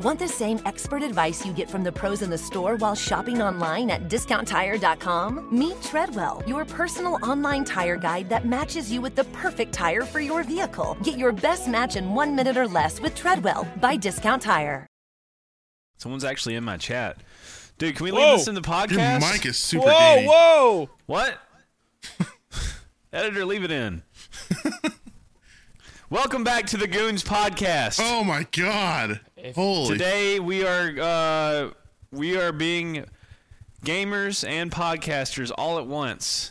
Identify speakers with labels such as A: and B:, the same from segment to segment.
A: Want the same expert advice you get from the pros in the store while shopping online at discounttire.com? Meet Treadwell, your personal online tire guide that matches you with the perfect tire for your vehicle. Get your best match in one minute or less with Treadwell by Discount Tire.
B: Someone's actually in my chat. Dude, can we leave this in the podcast?
C: Your mic is super
D: whoa,
C: gay.
D: whoa!
B: What? Editor, leave it in. Welcome back to the Goons Podcast.
C: Oh my god. Holy.
B: Today we are uh, we are being gamers and podcasters all at once.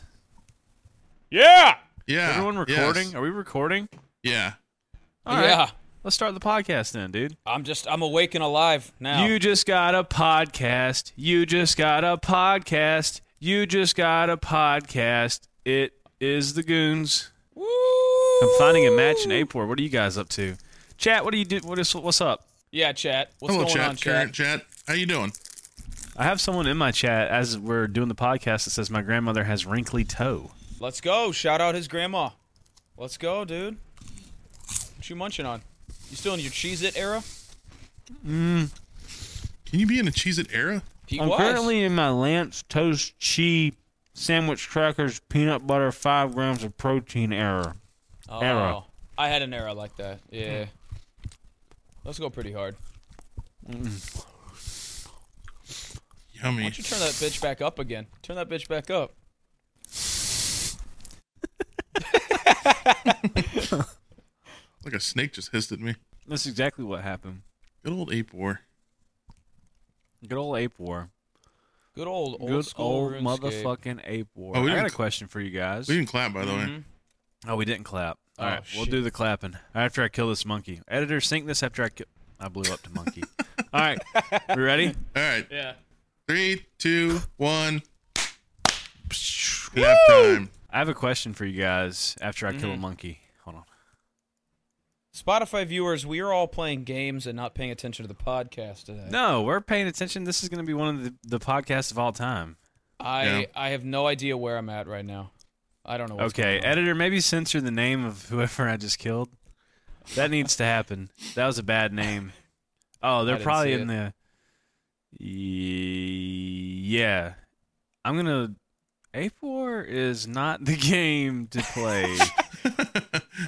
D: Yeah,
C: yeah.
B: Everyone
C: yes.
B: recording? Are we recording?
C: Yeah.
B: All right.
D: yeah.
B: Let's start the podcast then, dude.
D: I'm just I'm awake and alive now.
B: You just got a podcast. You just got a podcast. You just got a podcast. It is the Goons. I'm finding a match in Apor. What are you guys up to? Chat, what do you do? What is what's up?
D: yeah, chat. What's
C: Hello,
D: going
C: chat.
D: on,
C: Current
D: chat?
C: chat. How you doing?
B: I have someone in my chat as we're doing the podcast that says my grandmother has wrinkly toe.
D: Let's go. Shout out his grandma. Let's go, dude. What you munching on? You still in your Cheez It era?
C: Can you be in a Cheez It era?
D: He
B: I'm
D: was.
B: currently in my Lance toast cheese sandwich crackers peanut butter five grams of protein error.
D: oh,
B: era.
D: I had an era like that. Yeah. Let's go pretty hard. Why
C: Yummy.
D: don't you turn that bitch back up again? Turn that bitch back up.
C: Like a snake just hissed at me.
B: That's exactly what happened.
C: Good old ape war.
B: Good old ape war.
D: Good old old
B: Good
D: school
B: old
D: RuneScape.
B: motherfucking ape war.
C: Oh, we
B: I got
C: didn't
B: a
C: cl-
B: question for you guys.
C: We didn't clap by the way.
D: Mhm.
B: oh, we didn't clap. All
D: Oh,
B: right, we'll
D: shit.
B: do the clapping after I kill this monkey. Editor, sync this after I kill. I blew up the monkey. All right, we ready?
C: All right.
D: Yeah.
C: Three, two, one. Clap time.
B: I have a question for you guys after I kill a monkey. Hold on.
D: Spotify viewers, we are all playing games and not paying attention to the podcast today.
B: No, we're paying attention. This is going to be one of the, the podcasts of all time.
D: I
C: Yeah.
D: I have no idea where I'm at right now. I don't know. Oh, What's
B: okay,
D: going on.
B: editor, maybe censor the name of whoever I just killed. That needs to happen. That was a bad name. Oh,
D: I
B: they're
D: didn't
B: probably
D: see
B: in the. Yeah, I'm gonna. Ape War is not the game to play.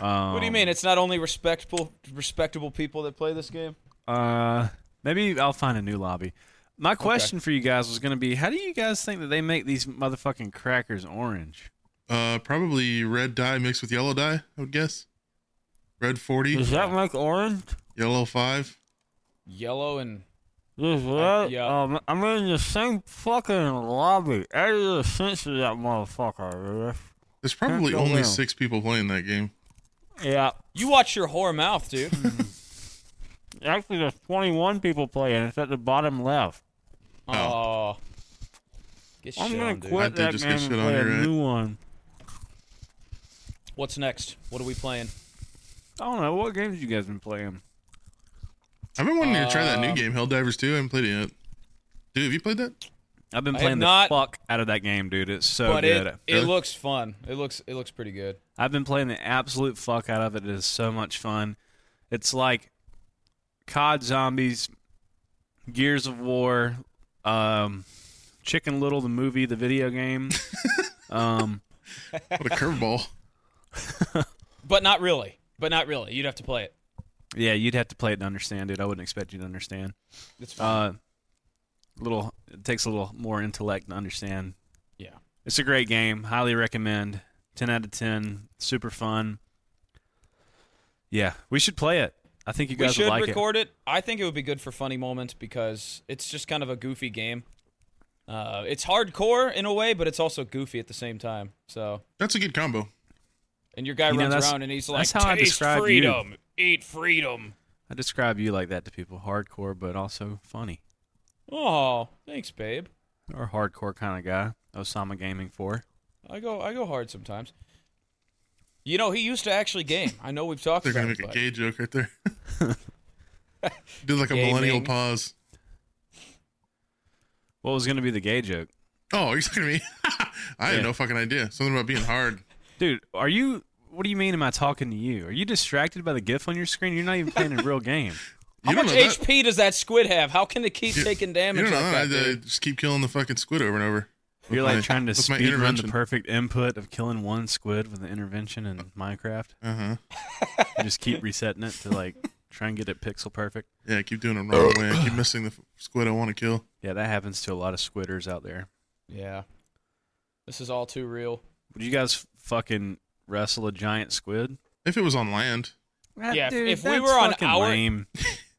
B: um,
D: What do you mean? It's not only respectable respectable people that play this game.
B: Uh, maybe I'll find a new lobby. My question for you guys was gonna be: How do you guys think that they make these motherfucking crackers orange?
C: Uh, probably red dye mixed with yellow dye. I would guess. Red forty,
B: that make orange?
C: yellow five.
D: Yellow and
B: Is
D: that- yeah.
B: Um, I'm in the same fucking lobby. Editor censor that motherfucker.
C: There's probably
B: go
C: only
B: down.
C: six people playing that game.
B: Yeah.
D: you watch your whore mouth, dude.
B: Actually, there's 21 people playing. It's at the bottom left.
D: oh. Get shit on, dude.
C: quit that just get shit on your head.
B: one.
D: What's next? What are we playing?
B: I don't know. What games you guys been playing?
C: I've been wanting to try that
D: Uh,
C: new game, Helldivers 2. I haven't played it yet. Dude, have you played that?
B: I've been
D: I
B: playing
D: have
B: the
D: not-
B: fuck out of that game, dude. It's so
D: but
B: good.
D: it
C: Really?
D: it looks fun. It looks it looks pretty good.
B: I've been playing the absolute fuck out of it. It is so much fun. It's like COD Zombies, Gears of War, um, Chicken Little, the movie, the video game. um,
C: What a curveball.
D: But not really. But not really. You'd have to play it.
B: yeah, you'd have to play it to understand it. I wouldn't expect you to understand.
D: It's fun.
B: Uh, little it takes a little more intellect to understand.
D: yeah.
B: It's a great game. Highly recommend. Ten out of ten. Super fun. Yeah, we should play it. I think you
D: We
B: guys
D: should
B: would like
D: record it. I think it would be good for funny moments because it's just kind of a goofy game. Uh, it's hardcore in a way, but it's also goofy at the same time. So,
C: That's a good combo.
D: and your guy
B: You know,
D: runs
B: that's-
D: around and he's like,
B: that's how I
D: "Taste
B: describe you."
D: freedom, eat freedom."
B: it. I describe you like that to people. Hardcore, but also funny.
D: Oh, thanks, babe.
B: Or hardcore kind of guy. Osama Gaming for.
D: I go, I go hard sometimes. You know, he used to actually game. I know we've talked
C: They're
D: about
C: going to
D: it,
C: make a
D: but
C: gay joke right there. Do like a
D: Gaming.
C: millennial pause.
B: What was going to be the gay joke?
C: Oh, are you talking to me? I
B: Yeah.
C: had no fucking idea. Something about being hard.
B: Dude, are you. What do you mean, am I talking to you? Are you distracted by the GIF on your screen? You're not even playing a real game.
D: How
C: You don't
D: much
C: know that.
D: HP does that squid have? How can it keep
C: You-
D: taking damage?
C: You don't know
D: like
C: that.
D: that,
C: I, I
D: dude?
C: just keep killing the fucking squid over and over.
B: You're
C: That's
B: like
C: my-
B: trying to
C: that's my
B: speed run the
C: intervention.
B: perfect input of killing one squid with an intervention in Minecraft.
C: Uh huh.
B: You just keep resetting it to like try and get it pixel perfect.
C: Yeah, I keep doing it wrong way. I keep missing the f- squid I want to kill.
B: Yeah, that happens to a lot of squidders out there.
D: Yeah. This is all too real.
B: Would you guys fucking wrestle a giant squid?
C: If it was on land,
D: Yeah, if- if we were on
B: fucking
D: our-
B: lame.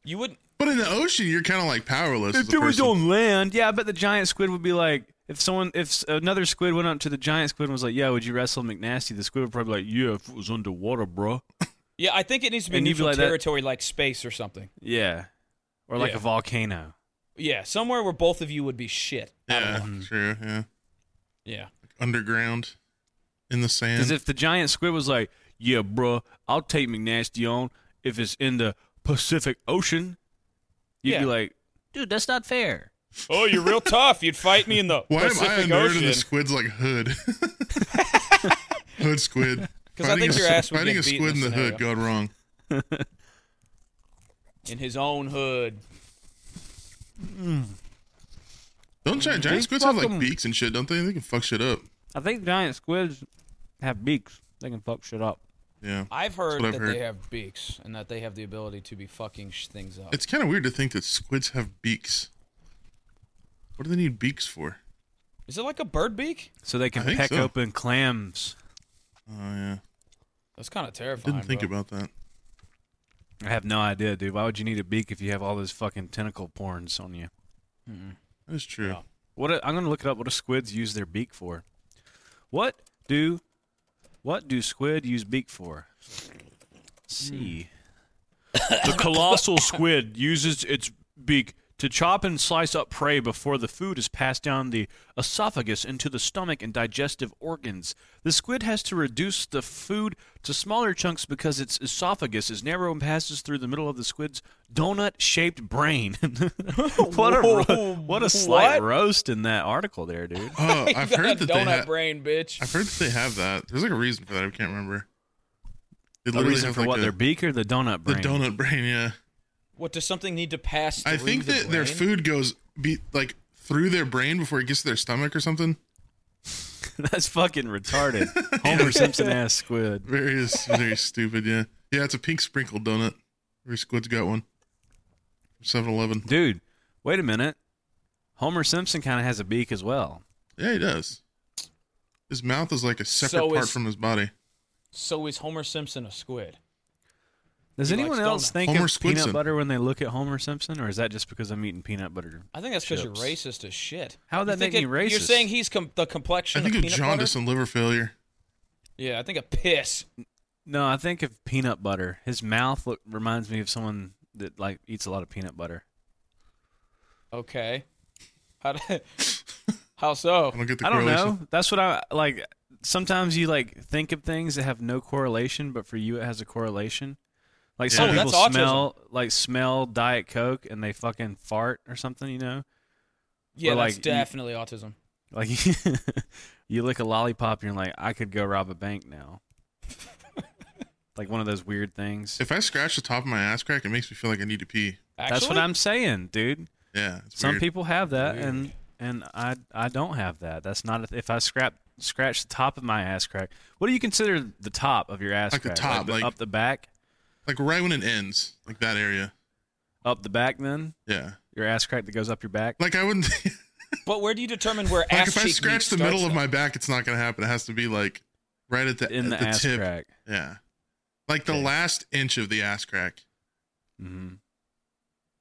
D: You wouldn't.
C: but in the ocean, you're kind of like powerless. as
B: If
C: a
B: it was
C: person.
B: on land, yeah, but the giant squid would be like, if someone, if s- another squid went up to the giant squid and was like, "Yeah, would you wrestle McNasty?" The squid would probably be like, "Yeah, if it was underwater, bro."
D: Yeah, I think it needs to be
B: And you'd be
D: neutral
B: like that-
D: territory, like space or something.
B: Yeah, or like
D: Yeah.
B: a volcano.
D: Yeah, somewhere where both of you would be shit. out of
C: Yeah,
D: luck.
C: true. Yeah,
D: Yeah.
C: underground, in the sand.
B: Because if the giant squid was like, "Yeah, bro, I'll take McNasty on if it's in the Pacific Ocean," you'd
D: Yeah.
B: be like, "Dude, that's not fair."
D: Oh, you're real tough. You'd fight me in the
C: Why am I a
D: Pacific
C: nerd
D: Ocean.
C: and the squid's like hood? hood squid.
D: 'Cause I
C: Finding
D: think
C: a
D: your
C: s-
D: ass would
C: finding
D: get
C: a
D: beat in
C: squid in
D: this
C: the hood
D: scenario.
C: got wrong.
D: in his own hood.
C: Don't giant,
D: Mm-hmm.
C: giant
B: They
C: squids have
B: fuck
C: like
B: 'em.
C: beaks and shit, don't they? They can fuck shit up.
B: I think giant squids have beaks; they can fuck shit up.
C: Yeah.
D: I've heard
C: what
D: that
C: I've
D: they
C: heard.
D: have beaks and that they have the ability to be fucking sh- things up.
C: It's kind of weird to think that squids have beaks. What do they need beaks for?
D: Is it like a bird beak?
B: So they
C: I
B: can
C: think
B: peck
C: so.
B: open clams.
C: Oh yeah,
D: That's kind of terrifying.
C: didn't think
D: bro.
C: about that.
B: I have no idea, dude. Why would you need a beak if you have all those fucking tentacle porns on you?
C: That is true.
D: Yeah.
B: What a, I'm gonna look it up. What do squids use their beak for? What do what do squid use beak for?
D: Hmm.
B: See, the colossal squid uses its beak to chop and slice up prey before the food is passed down the esophagus into the stomach and digestive organs. The squid has to reduce the food to smaller chunks because its esophagus is narrow and passes through the middle of the squid's donut-shaped brain. what a
D: Whoa,
B: ro- what a slight
D: what?
B: roast in that article there, dude.
C: Oh, I've
D: Got
C: heard
D: a
C: that they
D: donut
C: have.
D: brain, bitch.
C: I've heard that they have that. There's like a reason for that. I can't remember. They
B: The
C: literally
B: reason
C: have,
B: for
C: like,
B: what
C: a-
B: their beak or the donut
C: the
B: brain.
C: donut brain. Yeah,
D: What does something need to pass?
C: I
D: through
C: think
D: the
C: that their
D: brain?
C: food goes be like through their brain before it gets to their stomach or something.
B: That's fucking retarded. Homer Simpson ass squid.
C: Very, very stupid. Yeah, yeah. It's a pink sprinkled donut. Every squid's got one. 7-Eleven.
B: Dude, wait a minute. Homer Simpson kind of has a beak as well.
C: Yeah, he does. His mouth is like a separate
D: So
C: part
D: is-
C: from his body.
D: So is Homer Simpson a squid?
B: Does
D: He
B: anyone
D: likes
B: else
D: donuts.
B: think
C: Homer
B: of
C: Squidson.
B: peanut butter when they look at Homer Simpson, or is that just because I'm eating peanut butter?
D: I think that's because you're
B: Chips.
D: racist as shit.
B: How would
D: You
B: that
D: think
B: make
D: it-
B: me
D: You're
B: racist?
D: saying he's com- the complexion
C: I think
D: of
C: of
D: peanut
C: jaundice
D: butter?
C: and liver failure.
D: Yeah, I think a piss.
B: No, I think of peanut butter. His mouth look, reminds me of someone that like eats a lot of peanut butter.
D: Okay. How, do- how so?
C: I don't get the
B: I don't
C: correlation.
B: know. That's what I like. Sometimes you like think of things that have no correlation, but for you it has a correlation. Like
C: Yeah.
B: some
C: Oh,
B: people
D: that's autism.
B: smell like smell Diet Coke and they fucking fart or something, you know.
D: Yeah,
B: Or,
D: that's
B: like, you-
D: definitely autism.
B: Like you lick a lollipop and you're like, I could go rob a bank now. like one of those weird things.
C: If I scratch the top of my ass crack, it makes me feel like I need to pee.
D: Actually,
B: That's what I'm saying, dude.
C: Yeah, it's
B: Some
C: weird.
B: people have that, and
D: Weird.
B: and I I don't have that. That's not a, if I scrap scratch the top of my ass crack. What do you consider the top of your ass
C: Like the
B: crack?
C: top, like-
B: up the back,
C: like right when it ends, like that area.
B: up the back, then
C: Yeah,
B: your ass crack that goes up your back.
C: like I wouldn't.
D: But where do you determine where
C: like
D: ass
C: if I
D: cheek
C: scratch
D: meat
C: the middle
D: starts,
C: of
D: though?
C: my back, it's not gonna happen. It has to be like right at the
B: in the,
C: at the
B: ass
C: tip.
B: crack.
C: Yeah, like the
B: Okay.
C: last inch of the ass crack,
B: hmm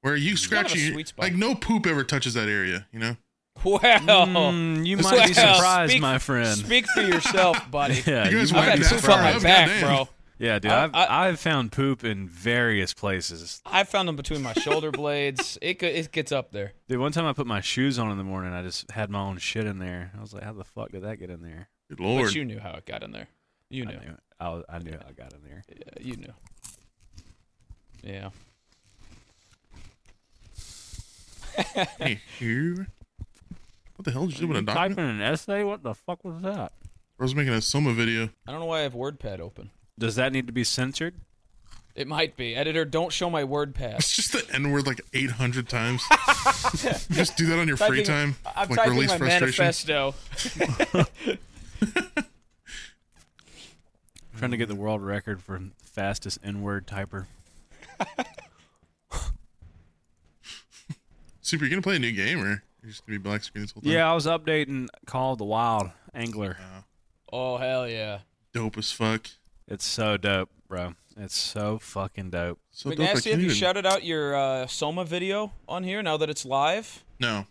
C: where you
D: It's kind of
C: scratch
D: a
C: your-
D: sweet spot.
C: like no poop ever touches that area. You know,
D: Wow.
B: Mm, you might be
D: Wow.
B: surprised,
D: Speak-
B: my friend.
D: Speak for yourself, buddy.
B: Yeah,
C: You guys
B: you
D: I've
B: might
C: went
D: had
B: be
C: that
D: poop on my
C: far up?
B: surprised.
D: back,
C: Goddamn.
D: bro.
B: Yeah, dude,
D: I-
B: I've, I,
D: I-
B: have found poop in various places.
D: I found them between my shoulder blades. It go- it gets up there.
B: Dude, one time I put my shoes on in the morning, I just had my own shit in there. I was like, how the fuck did that get in there?
C: good lord.
D: But you knew how it got in there. You
B: I
D: knew.
B: knew, it. I, was- I knew I got in there.
D: Yeah, you knew. Yeah.
C: Hey, here. What the hell did you do with a
E: Typing
C: document?
E: an essay? What the fuck was that?
C: I was making a Soma video.
D: I don't know why I have WordPad open.
B: Does that need to be censored?
D: It might be. Editor, don't show my WordPad.
C: It's just the N word like 800 times. You just do that on your free time.
D: I'm
C: like
D: typing
C: release
D: my
C: frustration.
D: manifesto.
B: Trying to get the world record for fastest N-word typer.
C: Super, you gonna play a new game or you're just gonna be black screen this whole time?
B: Yeah, I was updating Call of the Wild Angler.
D: Oh hell yeah!
C: Dope as fuck.
B: It's so dope, bro. It's so fucking dope.
C: So dope I
D: McNasty, have
C: can't
D: you
C: even-
D: shouted out your uh, Soma video on here now that it's live?
C: No.
D: You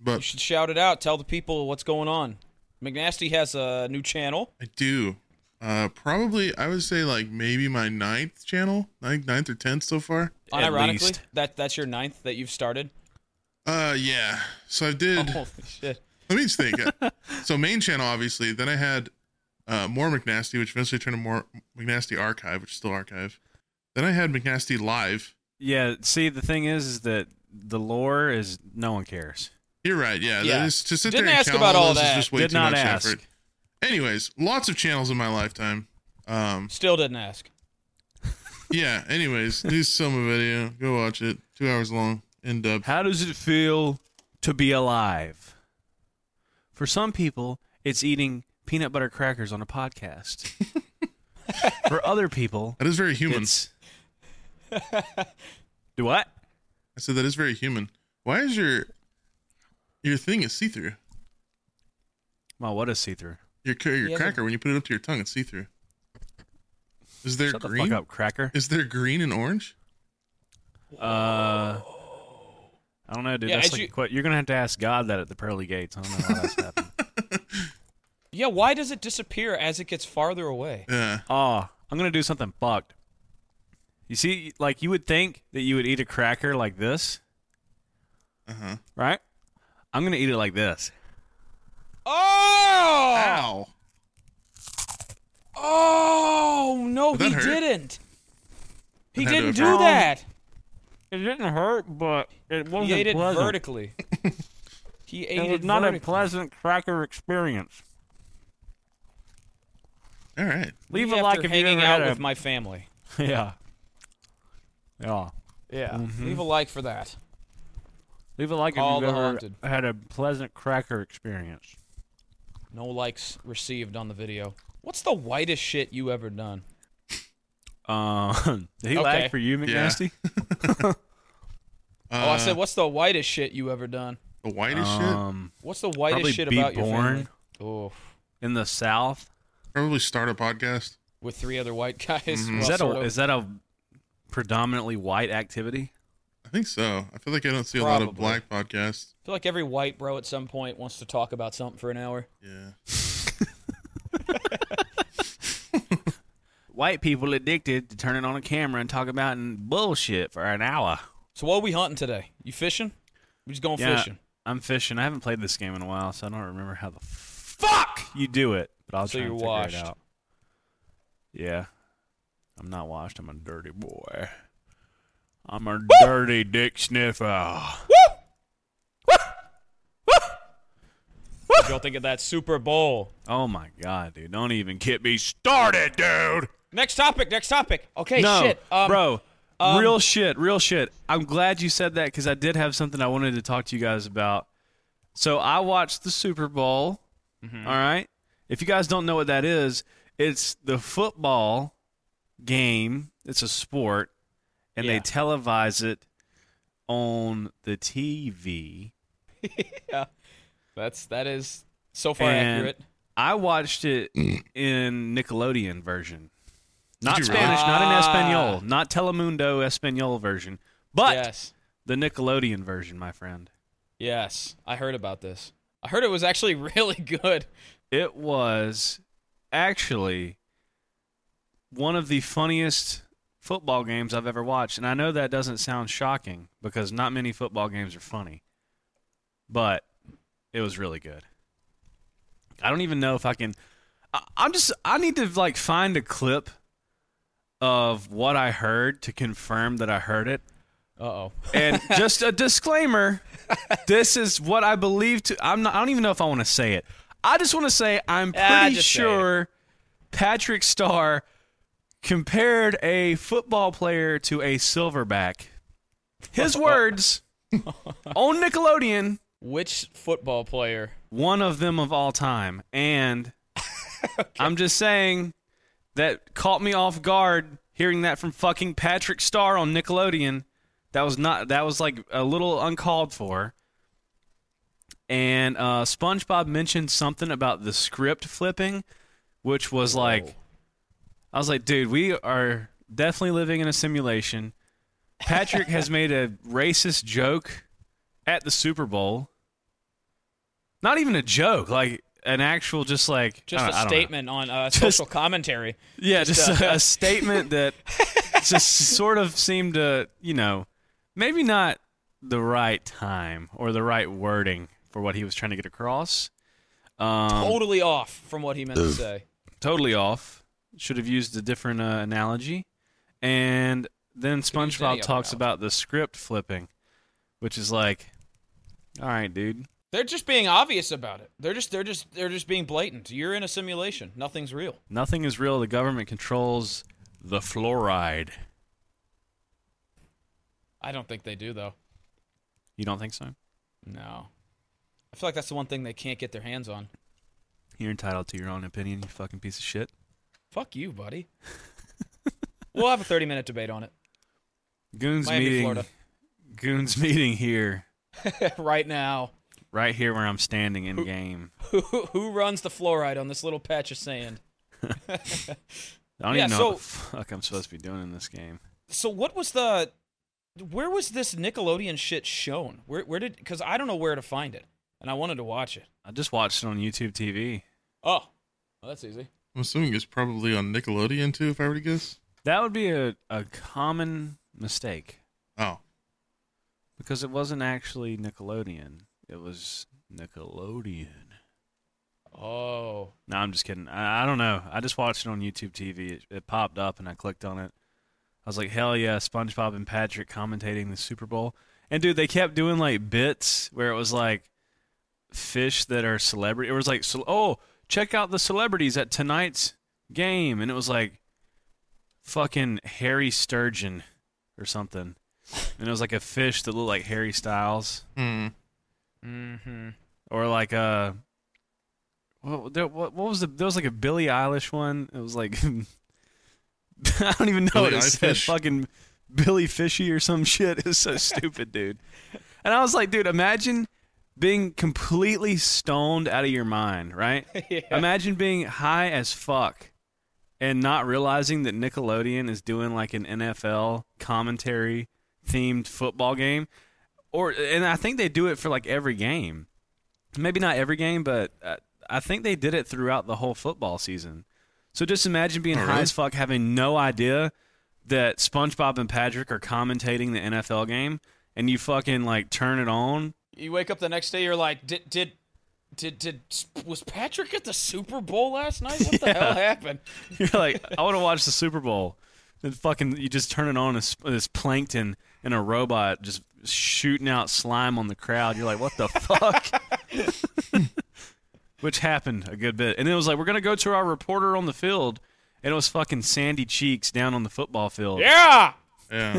C: But
D: should shout it out. Tell the people what's going on. McNasty has a new channel.
C: I do. Uh, probably, I would say like maybe my ninth channel, ninth, ninth or tenth so far.
B: At
D: Unironically,
B: least.
D: that that's your ninth that you've started.
C: Uh, yeah. So I did.
D: Holy shit!
C: Let me just think. so main channel, obviously. Then I had uh, more McNasty, which eventually turned to more McNasty Archive, which is still Archive. Then I had McNasty Live.
B: Yeah, see, the thing is, is that the lore is no one cares.
C: You're right. Yeah.
D: Yeah.
C: That is, to sit
D: Didn't
C: there and
D: ask
C: count
D: about all
C: those
D: that.
C: Is just way
B: Did
C: too
B: not
C: much
B: ask.
C: effort. Anyways, lots of channels in my lifetime. Um,
D: Still didn't ask.
C: yeah. Anyways, do some video. Go watch it. Two hours long. In depth.
B: How does it feel to be alive? For some people, it's eating peanut butter crackers on a podcast. For other people,
C: That is very human.
B: it's do what?
C: I said that is very human. Why is your your thing is see through?
B: Well, what is see through?
C: Your cra- your
D: He has a-
C: cracker when you put it up to your tongue, it's see through. Is there
B: Shut
C: green?
B: the fuck up, cracker.
C: Is there green and orange?
B: Uh, I don't know, dude.
D: Yeah,
B: that's
D: as
B: like
D: you-
B: quite- you're gonna have to ask God that at the pearly gates. I don't know how that's happened.
D: Yeah, why does it disappear as it gets farther away?
C: Yeah.
B: Oh, I'm gonna do something fucked. You see, like you would think that you would eat a cracker like this,
C: Uh huh.
B: right? I'm gonna eat it like this.
D: Oh!
C: Ow!
D: Oh no,
C: Did that
D: he
C: hurt?
D: didn't. He
C: That had to
D: didn't
C: have
D: do
C: hurt.
D: that.
E: It didn't hurt, but it wasn't
D: He ate it
E: pleasant.
D: vertically. he ate
E: It
D: it,
E: was not a
D: vertically.
E: pleasant cracker experience.
C: All right.
E: Leave
D: After
E: a like if you
D: hanging
E: ever
D: out
E: had a-
D: with my family.
E: yeah. Yeah.
D: Yeah,
B: Mm-hmm.
D: leave a like for that.
E: Leave a like
D: Call
E: if
D: the
E: you've ever
D: haunted.
E: had a pleasant cracker experience.
D: No likes received on the video. What's the whitest shit you ever done?
B: Um, did he
D: Okay.
B: lag for you, McNasty?
C: Uh,
D: oh, I
B: Uh,
D: said, what's the whitest shit you ever done?
C: the whitest shit.
B: Um,
D: What's the
B: probably
D: whitest shit
B: be
D: about
B: born
D: your family? Oh,
B: in the South.
C: Probably start a podcast.
D: with three other white guys. Well,
B: Is that
D: sort
B: a
D: of.
B: is that a predominantly white activity?
C: I think so. I feel like I don't see a lot of
D: Probably.
C: black podcasts.
D: I feel like every white bro at some point wants to talk about something for an hour.
C: Yeah.
B: White people addicted to turning on a camera and talking about bullshit for an hour.
D: So what are we hunting today? You fishing? We just going fishing.
B: I'm fishing. I haven't played this game in a while, so I don't remember how the fuck you do it. But I'll
D: So
B: try
D: you're
B: and figure
D: washed.
B: it out. Yeah, I'm not washed. I'm a dirty boy. I'm a dirty dick sniffer.
D: Y'all think of that Super Bowl.
B: Oh my god, dude! Don't even get me started, dude.
D: Next topic. Next topic. Okay,
B: no,
D: shit. Um,
B: bro.
D: um,
B: real shit. Real shit. I'm glad you said that because I did have something I wanted to talk to you guys about. So I watched the Super Bowl.
D: Mm-hmm.
B: all right. If you guys don't know what that is, it's the football game. It's a sport, and
D: Yeah.
B: they televise it on the TV.
D: that's that is so far
B: And
D: accurate.
B: I watched it in Nickelodeon version. Not
C: you really?
B: Spanish, not in
D: Ah.
B: Espanol, not Telemundo Espanol version, but
D: yes,
B: the Nickelodeon version, my friend.
D: yes. I heard about this. I heard it was actually really good.
B: It was actually one of the funniest football games I've ever watched. And I know that doesn't sound shocking because not many football games are funny, but it was really good. I don't even know if I can. I, I'm just, I need to like find a clip of what I heard to confirm that I heard it.
D: Uh oh.
B: And just a disclaimer, this is what I believe to I'm not I don't even know if I want to say it. I just want to say I'm pretty
D: Ah, just say it.
B: sure Patrick Starr compared a football player to a silverback.
D: Oh.
B: His words on Nickelodeon,
D: Which football player?
B: one of them of all time. And I'm just saying that caught me off guard hearing that from fucking Patrick Starr on Nickelodeon. That was not that was like a little uncalled for. And uh, SpongeBob mentioned something about the script flipping, which was like, I was like, dude, we are definitely living in a simulation. Patrick has made a racist joke at the Super Bowl. Not even a joke, like an actual, just like
D: Just
B: I don't- I
D: a
B: don't know.
D: statement on uh,
B: Just-
D: social commentary.
B: Yeah, just,
D: uh,
B: a, a statement that just sort of seemed to, you know, maybe not the right time or the right wording for what he was trying to get across. Um,
D: totally off from what he meant to say.
B: totally off. Should have used a different uh, analogy. And then
D: used any
B: SpongeBob
D: other
B: talks
D: analogy.
B: about the script flipping, which is like, all right, dude.
D: They're just being obvious about it. They're just they're just they're just being blatant. You're in a simulation. Nothing's real.
B: Nothing is real. The government controls the fluoride.
D: I don't think they do though.
B: You don't think so?
D: No. I feel like that's the one thing they can't get their hands on.
B: You're entitled to your own opinion, you fucking piece of shit.
D: Fuck you, buddy. we'll have a 30 minute debate on it.
B: Goons
D: Miami,
B: meeting.
D: Florida.
B: Goons meeting here,
D: right now.
B: right here where I'm standing in game.
D: Who, who runs the fluoride on this little patch of sand?
B: I don't
D: Yeah,
B: even know
D: so-
B: what the fuck I'm supposed to be doing in this game.
D: So what was the where was this Nickelodeon shit shown? Where where did cuz I don't know where to find it and I wanted to watch it.
B: I just watched it on YouTube TV.
D: Oh. Well, that's easy.
C: I'm assuming it's probably on Nickelodeon too, if I were to guess.
B: That would be a, a common mistake
C: Oh,
B: because it wasn't actually Nickelodeon. It was Nickelodeon.
D: Oh.
B: No, I'm just kidding. I, I don't know. I just watched it on YouTube TV. It, it popped up and I clicked on it. I was like, hell yeah, SpongeBob and Patrick commentating the Super Bowl. And dude, they kept doing like bits where it was like fish that are celebrity. It was like, cel- oh, check out the celebrities at tonight's game. And it was like fucking Harry Sturgeon or something. And it was like a fish that looked like Harry Styles
C: hmm.
D: Mhm.
B: or like uh what there, what, what was the there was like a Billie Eilish one. It was like I don't even know what
C: Billie
B: it said.
C: Eilish?
B: Fucking Billy Fishy or some shit. It's so stupid, dude. And I was like, dude, imagine being completely stoned out of your mind, right? Imagine being high as fuck and not realizing that Nickelodeon is doing like an NFL commentary themed football game. Or and I think they do it for like every game. Maybe not every game, but uh, I think they did it throughout the whole football season. So just imagine being
C: Oh,
B: high
C: really?
B: as fuck having no idea that SpongeBob and Patrick are commentating the NFL game and you fucking like turn it on.
D: You wake up the next day you're like did did did, did was Patrick at the Super Bowl last night? What the hell happened?
B: You're like, I want to watch the Super Bowl. And fucking, you just turn it on as this plankton and a robot just shooting out slime on the crowd. You're like, what the fuck? Which happened a good bit. And it was like, we're going to go to our reporter on the field. And it was fucking Sandy Cheeks down on the football field.
D: Yeah.
C: Yeah.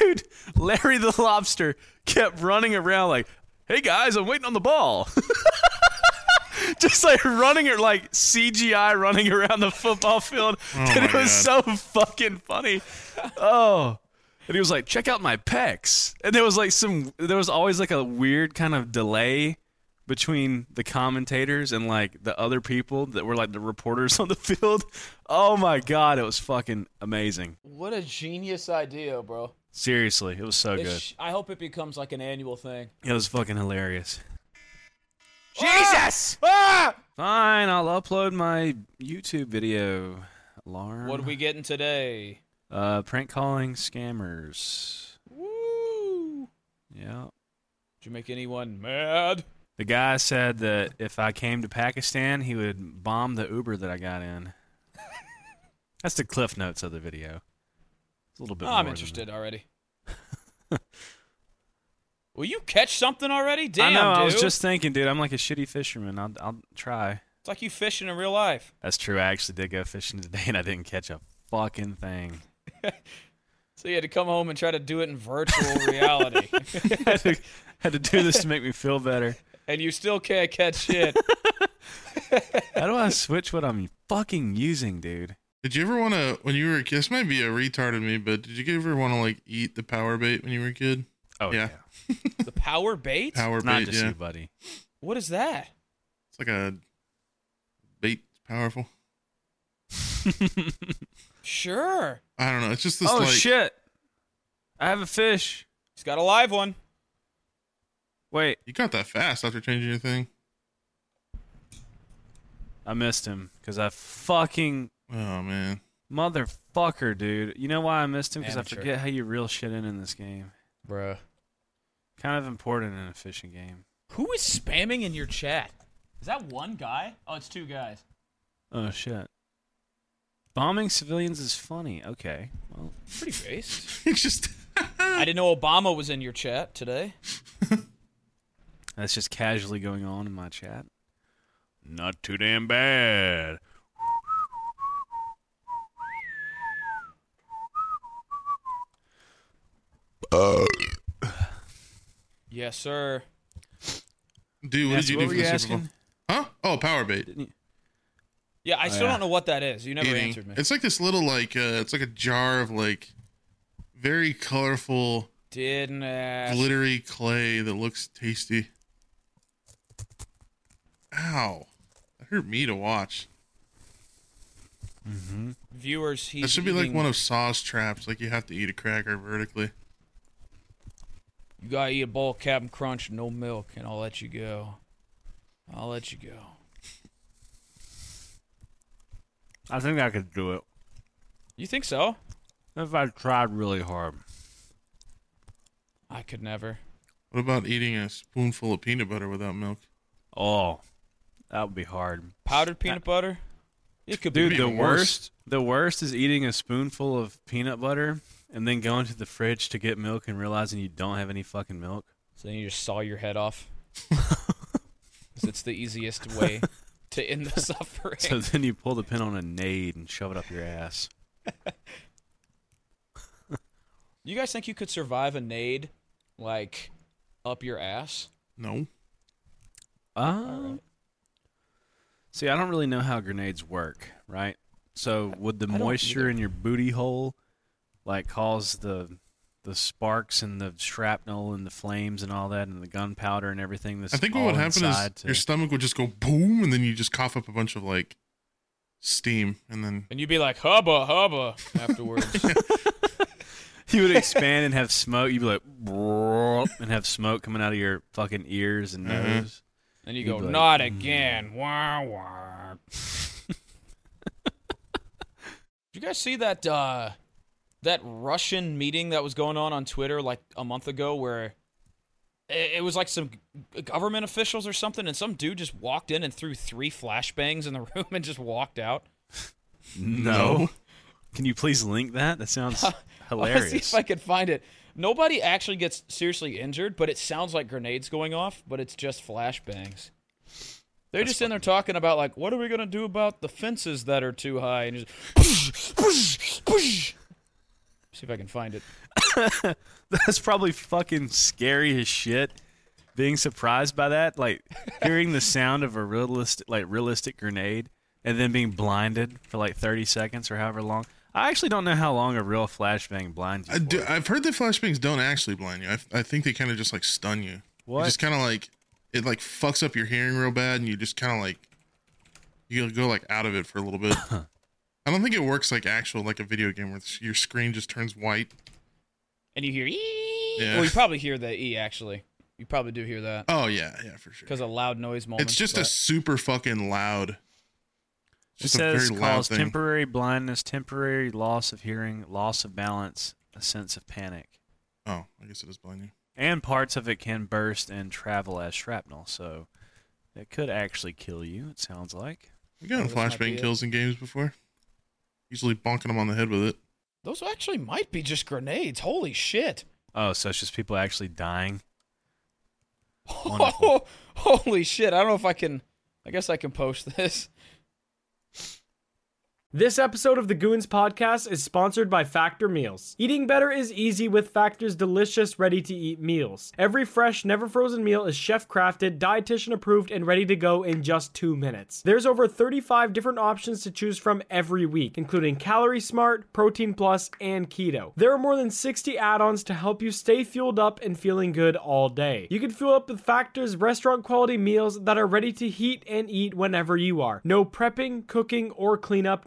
B: Dude, Larry the Lobster kept running around like, "Hey guys, I'm waiting on the ball." Just like running it like CGI running around the football field. and it
C: my
B: was so fucking funny. Oh. And he was like, "Check out my pecs." And there was like some there was always like a weird kind of delay between the commentators and like the other people that were like the reporters on the field. Oh my god, it was fucking amazing.
D: What a genius idea, bro.
B: Seriously, it was so good.
D: It's- I hope it becomes like an annual thing.
B: It was fucking hilarious.
D: Jesus! Ah!
B: Fine, I'll upload my YouTube video. Alarm.
D: What are we getting today?
B: Uh, prank calling scammers.
D: Woo!
B: Yeah.
D: Did you make anyone mad?
B: The guy said that if I came to Pakistan, he would bomb the Uber that I got in. That's the cliff notes of the video. It's a little bit.
D: Oh,
B: more
D: I'm
B: than
D: interested already. Will you catch something already? Damn,
B: I know.
D: dude.
B: I was just thinking, dude. I'm like a shitty fisherman. I'll, I'll try.
D: It's like you fishing in real life.
B: That's true. I actually did go fishing today, and I didn't catch a fucking thing.
D: So you had to come home and try to do it in virtual reality,
B: had, to, had to do this to make me feel better.
D: and you still can't catch shit.
B: How do I switch what I'm fucking using, dude?
C: Did you ever want to, when you were a kid, this might be a retard of me, but did you ever want to like eat the power bait when you were a kid?
B: Oh
C: Yeah.
D: the power bait?
C: Power
B: It's not
C: bait,
B: just
C: yeah.
B: you, buddy.
D: What is that?
C: It's like a bait, powerful.
D: Sure.
C: I don't know. It's just this
B: oh
C: like,
B: shit! I have a fish.
D: He's got a live one.
B: Wait,
C: you got that fast after changing your thing.
B: I missed him because I fucking
C: Oh man.
B: motherfucker, dude. You know why I missed him? Because I
D: Amateur.
B: forget how you reel shit in in this game.
D: Bruh.
B: Kind of important in a fishing game.
D: Who is spamming in your chat? Is that one guy? Oh, it's two guys.
B: Oh shit! Bombing civilians is funny. Okay. Well,
D: Pretty based.
C: It's just
D: I didn't know Obama was in your chat today.
B: That's just casually going on in my chat. Not too damn bad.
D: Yes, sir.
C: dude, what
B: Yeah,
C: did
B: so
C: you
B: what
C: do
B: were
C: for
B: you
C: the Super Bowl?
B: asking?
C: Huh? Oh, power bait.
D: Yeah, I
B: Oh,
D: still
B: yeah.
D: don't know what that is. You never
C: Eating.
D: answered me.
C: It's like this little like uh it's like a jar of like very colorful
D: Didn't ask.
C: glittery clay that looks tasty. Ow. That hurt me to watch.
D: Viewers, he's
C: That should be like
D: eating-
C: one of Saw's traps, like you have to eat a cracker vertically.
D: You gotta eat a bowl of Captain Crunch, no milk, and I'll let you go. I'll let you go.
E: I think I could do it
D: You think so?
E: if I tried really hard.
D: I could never.
C: What about eating a spoonful of peanut butter without milk?
B: Oh, that would be hard.
D: Powdered peanut butter? It could
B: Dude,
D: be.
B: the
C: even
B: worst. The worst is eating a spoonful of peanut butter and then going to the fridge to get milk and realizing you don't have any fucking milk.
D: So then you just saw your head off. 'Cause it's the easiest way to end the suffering.
B: So then you pull the pin on a nade and shove it up your ass.
D: you guys think you could survive a nade, like, up your ass?
C: No.
B: Uh, See, I don't really know how grenades work, right? So would the
D: I don't
B: moisture
D: either.
B: in your booty hole like cause the the sparks and the shrapnel and the flames and all that and the gunpowder and everything that's
C: I think
B: all
C: what would happen is
B: inside to,
C: your stomach would just go boom, and then you just cough up a bunch of like steam, and then
D: And you'd be like, hubba, hubba, afterwards.
B: you would expand and have smoke. You'd be like, "Brrrr," and have smoke coming out of your fucking ears and
C: Uh-huh.
B: nose.
D: and you
B: You'd
D: go,
B: be like,
D: not again. Wah, wah. Did you guys see that uh, that Russian meeting that was going on on Twitter like a month ago, where it, it was like some g- government officials or something, and some dude just walked in and threw three flashbangs in the room and just walked out.
B: No. Can you please link that? That sounds
D: I'll see
B: hilarious.
D: if I can find it. Nobody actually gets seriously injured, but it sounds like grenades going off, but it's just flashbangs. They're just in there talking about like, what are we gonna do about the fences that are too high? And just see if I can find it.
B: That's probably fucking scary as shit. Being surprised by that, like hearing the sound of a realistic, like realistic grenade, and then being blinded for like thirty seconds or however long. I actually don't know how long a real flashbang blinds you.
C: I do,
B: for.
C: I've heard that flashbangs don't actually blind you. I, I think they kind of just like stun you.
B: What?
C: It just kind of like it like fucks up your hearing real bad, and you just kind of like you go like out of it for a little bit. I don't think it works like actual like a video game where your screen just turns white.
D: And you hear ee.
C: Yeah.
D: Well, you probably hear the e actually. You probably do hear that
C: Oh yeah, yeah for sure.
D: because of loud noise moments.
C: It's just a
D: but-
C: super fucking loud.
B: It says cause temporary blindness, temporary loss of hearing, loss of balance, a sense of panic,
C: oh, I guess it does blind you.
B: and parts of it can burst and travel as shrapnel. So it could actually kill you. It sounds like.
C: We gotten
D: Oh, this might be
C: flashbang
D: it.
C: kills in games before. Usually bonking them on the head with it.
D: Those actually might be just grenades. Holy shit!
B: Oh, so it's just people actually dying. Wonderful.
D: holy shit! I don't know if I can. I guess I can post this.
F: This episode of the Goons Podcast is sponsored by Factor Meals. Eating better is easy with Factor's delicious, ready to eat meals. Every fresh, never frozen meal is chef crafted, dietitian approved, and ready to go in just two minutes. There's over 35 different options to choose from every week, including Calorie Smart, Protein Plus, and Keto. There are more than 60 add ons to help you stay fueled up and feeling good all day. You can fuel up with Factor's restaurant quality meals that are ready to heat and eat whenever you are. No prepping, cooking, or cleanup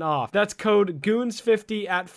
F: off. That's code goons50 at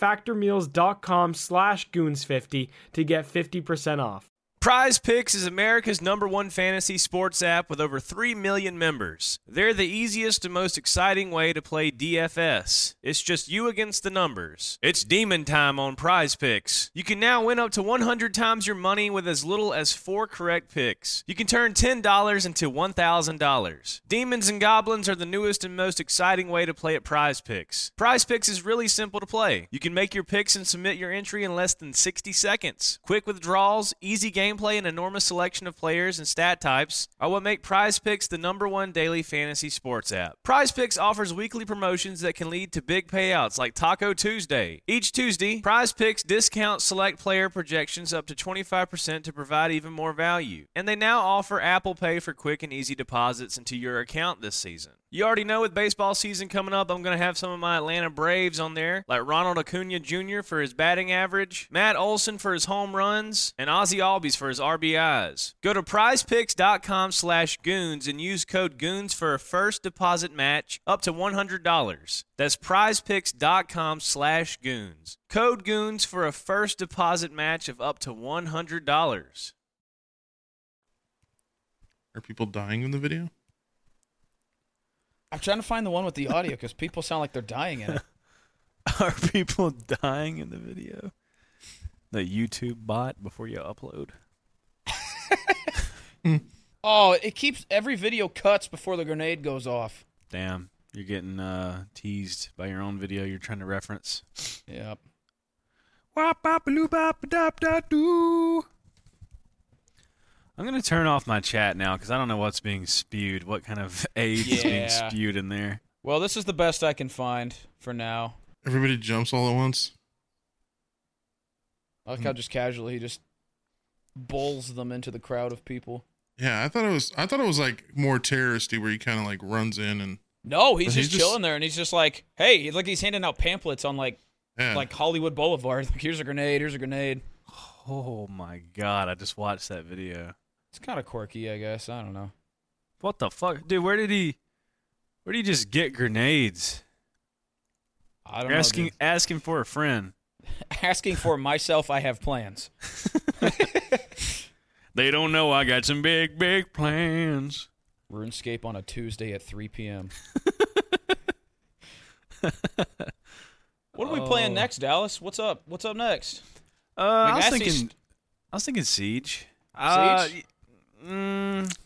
F: factormeals.com slash goons50 to get 50% off.
B: Prize Picks is America's number one fantasy sports app with over 3 million members. They're the easiest and most exciting way to play DFS. It's just you against the numbers. It's demon time on Prize Picks. You can now win up to 100 times your money with as little as 4 correct picks. You can turn $10 into $1,000. Demons and goblins are the newest and most exciting way to play at Prize Picks. Prize Picks is really simple to play. You can make your picks and submit your entry in less than 60 seconds. Quick withdrawals, easy gameplay, and enormous selection of players and stat types are what make Prize Picks the number one daily fantasy sports app. Prize Picks offers weekly promotions that can lead to big payouts like Taco Tuesday. Each Tuesday, Prize Picks discounts select player projections up to 25% to provide even more value. And they now offer Apple Pay for quick and easy deposits into your account this season. You already know with baseball season coming up, I'm going to have some of my Atlanta Braves on there, like Ronald Acuna Jr. for his batting average, Matt Olson for his home runs, and Ozzy Albies for his RBIs. Go to prizepicks.com slash goons and use code goons for a first deposit match up to $100. That's prizepicks.com slash goons. Code goons for a first deposit match of up to $100.
C: Are people dying in the video?
D: I'm trying to find the one with the audio because people sound like they're dying in it.
B: Are people dying in the video? The YouTube bot before you upload?
D: Oh, it keeps every video cuts before the grenade goes off.
B: Damn. You're getting uh, teased by your own video you're trying to reference.
D: Yep.
B: I'm going to turn off my chat now because I don't know what's being spewed, what kind of AIDS is being
D: Yeah.
B: spewed in there.
D: Well, this is the best I can find for now.
C: Everybody jumps all at once.
D: I like how just casually he just bowls them into the crowd of people.
C: Yeah, I thought it was. I thought it was like more terroristy, where he kind of like runs in and
D: No, he's
C: But
D: just,
C: he's just-
D: chilling there, and he's just like, "Hey, he's like he's handing out pamphlets on like
C: yeah.
D: like Hollywood Boulevard. Like, here's a grenade. Here's a grenade.
B: Oh my god, I just watched that video.
D: It's kind of quirky, I guess. I don't know.
B: What the fuck? Dude, where did he where did he just get grenades?
D: I don't
B: You're asking
D: know.
B: asking for a friend.
D: dude. Asking for myself, I have plans.
B: They don't know I got some big, big plans.
D: RuneScape on a Tuesday at 3 p.m. what are we playing
B: Oh.
D: next, Dallas? What's up? What's up next?
B: Uh, I was
D: Like, I see
B: thinking
D: st-
B: I was thinking Siege.
D: Siege?
B: Uh, mm,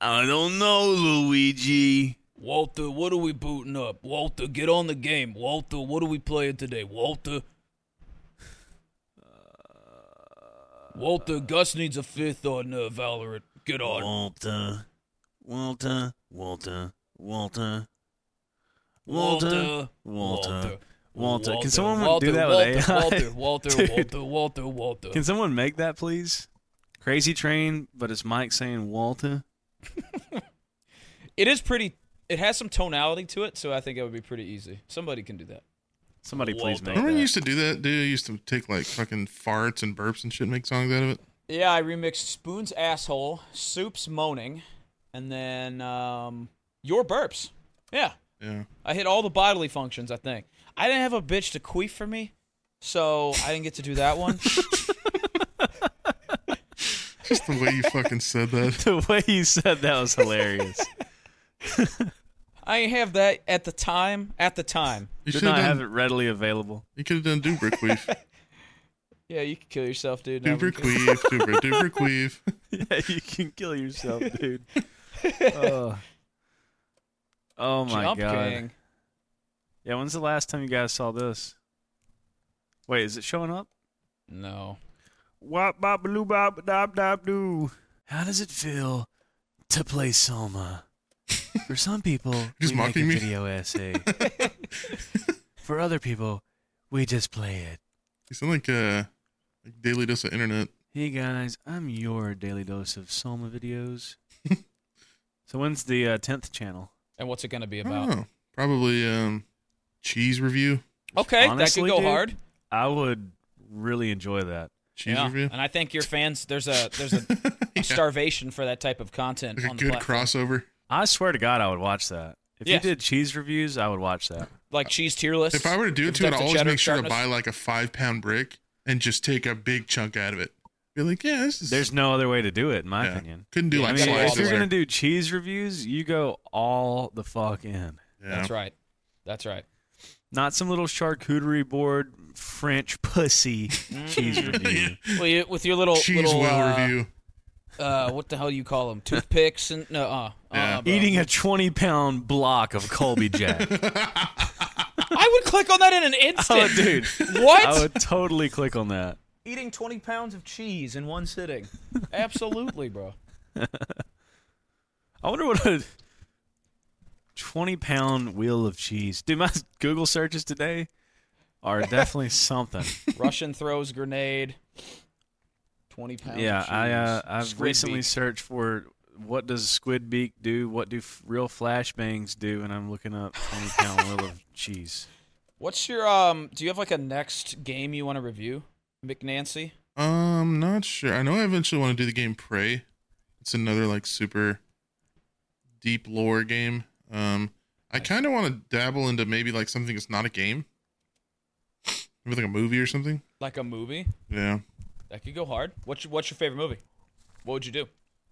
B: I don't know, Luigi.
D: Walter, what are we booting up? Walter, get on the game. Walter, what are we playing today? Walter. Walter, Gus needs a fifth on uh, Valorant. Get on.
B: Walter. Walter. Walter. Walter.
D: Walter.
B: Walter. Walter. Can someone do that with AI?
D: Walter, Walter,
B: Dude.
D: Walter, Walter, Walter.
B: Can someone make that, please? Crazy Train, but it's Mike saying Walter.
D: It is pretty. It has some tonality to it, so I think it would be pretty easy. Somebody can do that.
B: Somebody please
D: Walter.
B: make
C: Remember when you
B: that.
C: used to do that, dude? You used to take like fucking farts and burps and shit, and make songs out of it.
D: Yeah, I remixed Spoon's asshole, Soup's moaning, and then um, your burps. Yeah,
C: Yeah.
D: I hit all the bodily functions. I think I didn't have a bitch to queef for me, so I didn't get to do that one.
C: Just the way you fucking said that.
B: The way you said that was hilarious.
D: I ain't have that at the time. At the time.
C: You
B: Did
C: should
B: not
C: have
B: have it
C: done.
B: readily available.
C: You could have done Dubrickweave.
D: Yeah, you can kill yourself, dude. No, we can-
C: Dubrickweave. Dubri- Dubrickweave.
B: Yeah, you can kill yourself, dude. oh. Oh my
D: Jump
B: god.
D: King.
B: Yeah, when's the last time you guys saw this? Wait, is it showing up?
D: No.
B: Wop bop blue bop dop dop doo. How does it feel to play Soma? For some people,
C: just
B: we make a
C: mocking me?
B: video essay. For other people, we just play it.
C: You sound like uh, like Daily Dose of Internet.
B: Hey guys, I'm your daily dose of Soma videos. so when's the uh, tenth channel?
D: And what's it gonna be
C: I don't
D: about?
B: Hmm.
C: know. Probably um, cheese review.
D: Okay,
B: Honestly,
D: that could go
B: dude,
D: hard.
B: I would really enjoy that.
C: Cheese
D: yeah.
C: review.
D: And I think your fans, there's a there's a,
C: Yeah.
D: a starvation for that type of content
C: Like a
D: on the
C: good
D: platform.
C: crossover.
B: I swear to God, I would watch that. If
D: Yes.
B: you did cheese reviews, I would watch that.
D: like cheese tier lists.
C: If I were to do it
D: If
C: to it,
D: that's
C: I'd
D: a
C: always
D: cheddar
C: make sure to
D: sharpness.
C: buy like a five pound brick and just take a big chunk out of it. Be like, yeah, this is.
B: There's no other way to do it, in my
C: yeah.
B: opinion.
C: Couldn't do
D: Yeah,
B: I
C: like
B: mean,
D: gotta go all
B: if
C: slices.
B: you're
C: or-
B: gonna do cheese reviews, you go all the fuck in.
C: yeah.
D: That's right. That's right.
B: Not some little charcuterie board French pussy cheese review.
D: Well, you, with your little
C: Cheese
D: little
C: well
D: uh,
C: review.
D: uh, what the hell you call them? Toothpicks and no, uh,
C: Yeah.
D: uh, bro.
B: Eating a 20 pound block of Colby Jack.
D: I would click on that in an instant,
B: oh, dude.
D: What?
B: I would totally click on that.
D: Eating 20 pounds of cheese in one sitting. Absolutely, bro.
B: I wonder what a 20 pound wheel of cheese. Dude, my Google searches today are definitely something.
D: Russian throws grenade. 20 pounds.
B: yeah,
D: of
B: I uh,
D: cheese.
B: I've
D: Squid
B: recently
D: beak.
B: searched for what does squid beak do? What do f- real flashbangs do? And I'm looking up 20 pound wheel of cheese.
D: What's your um? Do you have like a next game you want to review, McNancy?
C: Um, not sure. I know I eventually want to do the game Prey. It's another like super deep lore game. Um, I kind of want to dabble into maybe like something that's not a game, maybe like a movie or something.
D: Like a movie
C: Yeah.
D: that could go hard. What's your, what's your favorite movie? What would you do?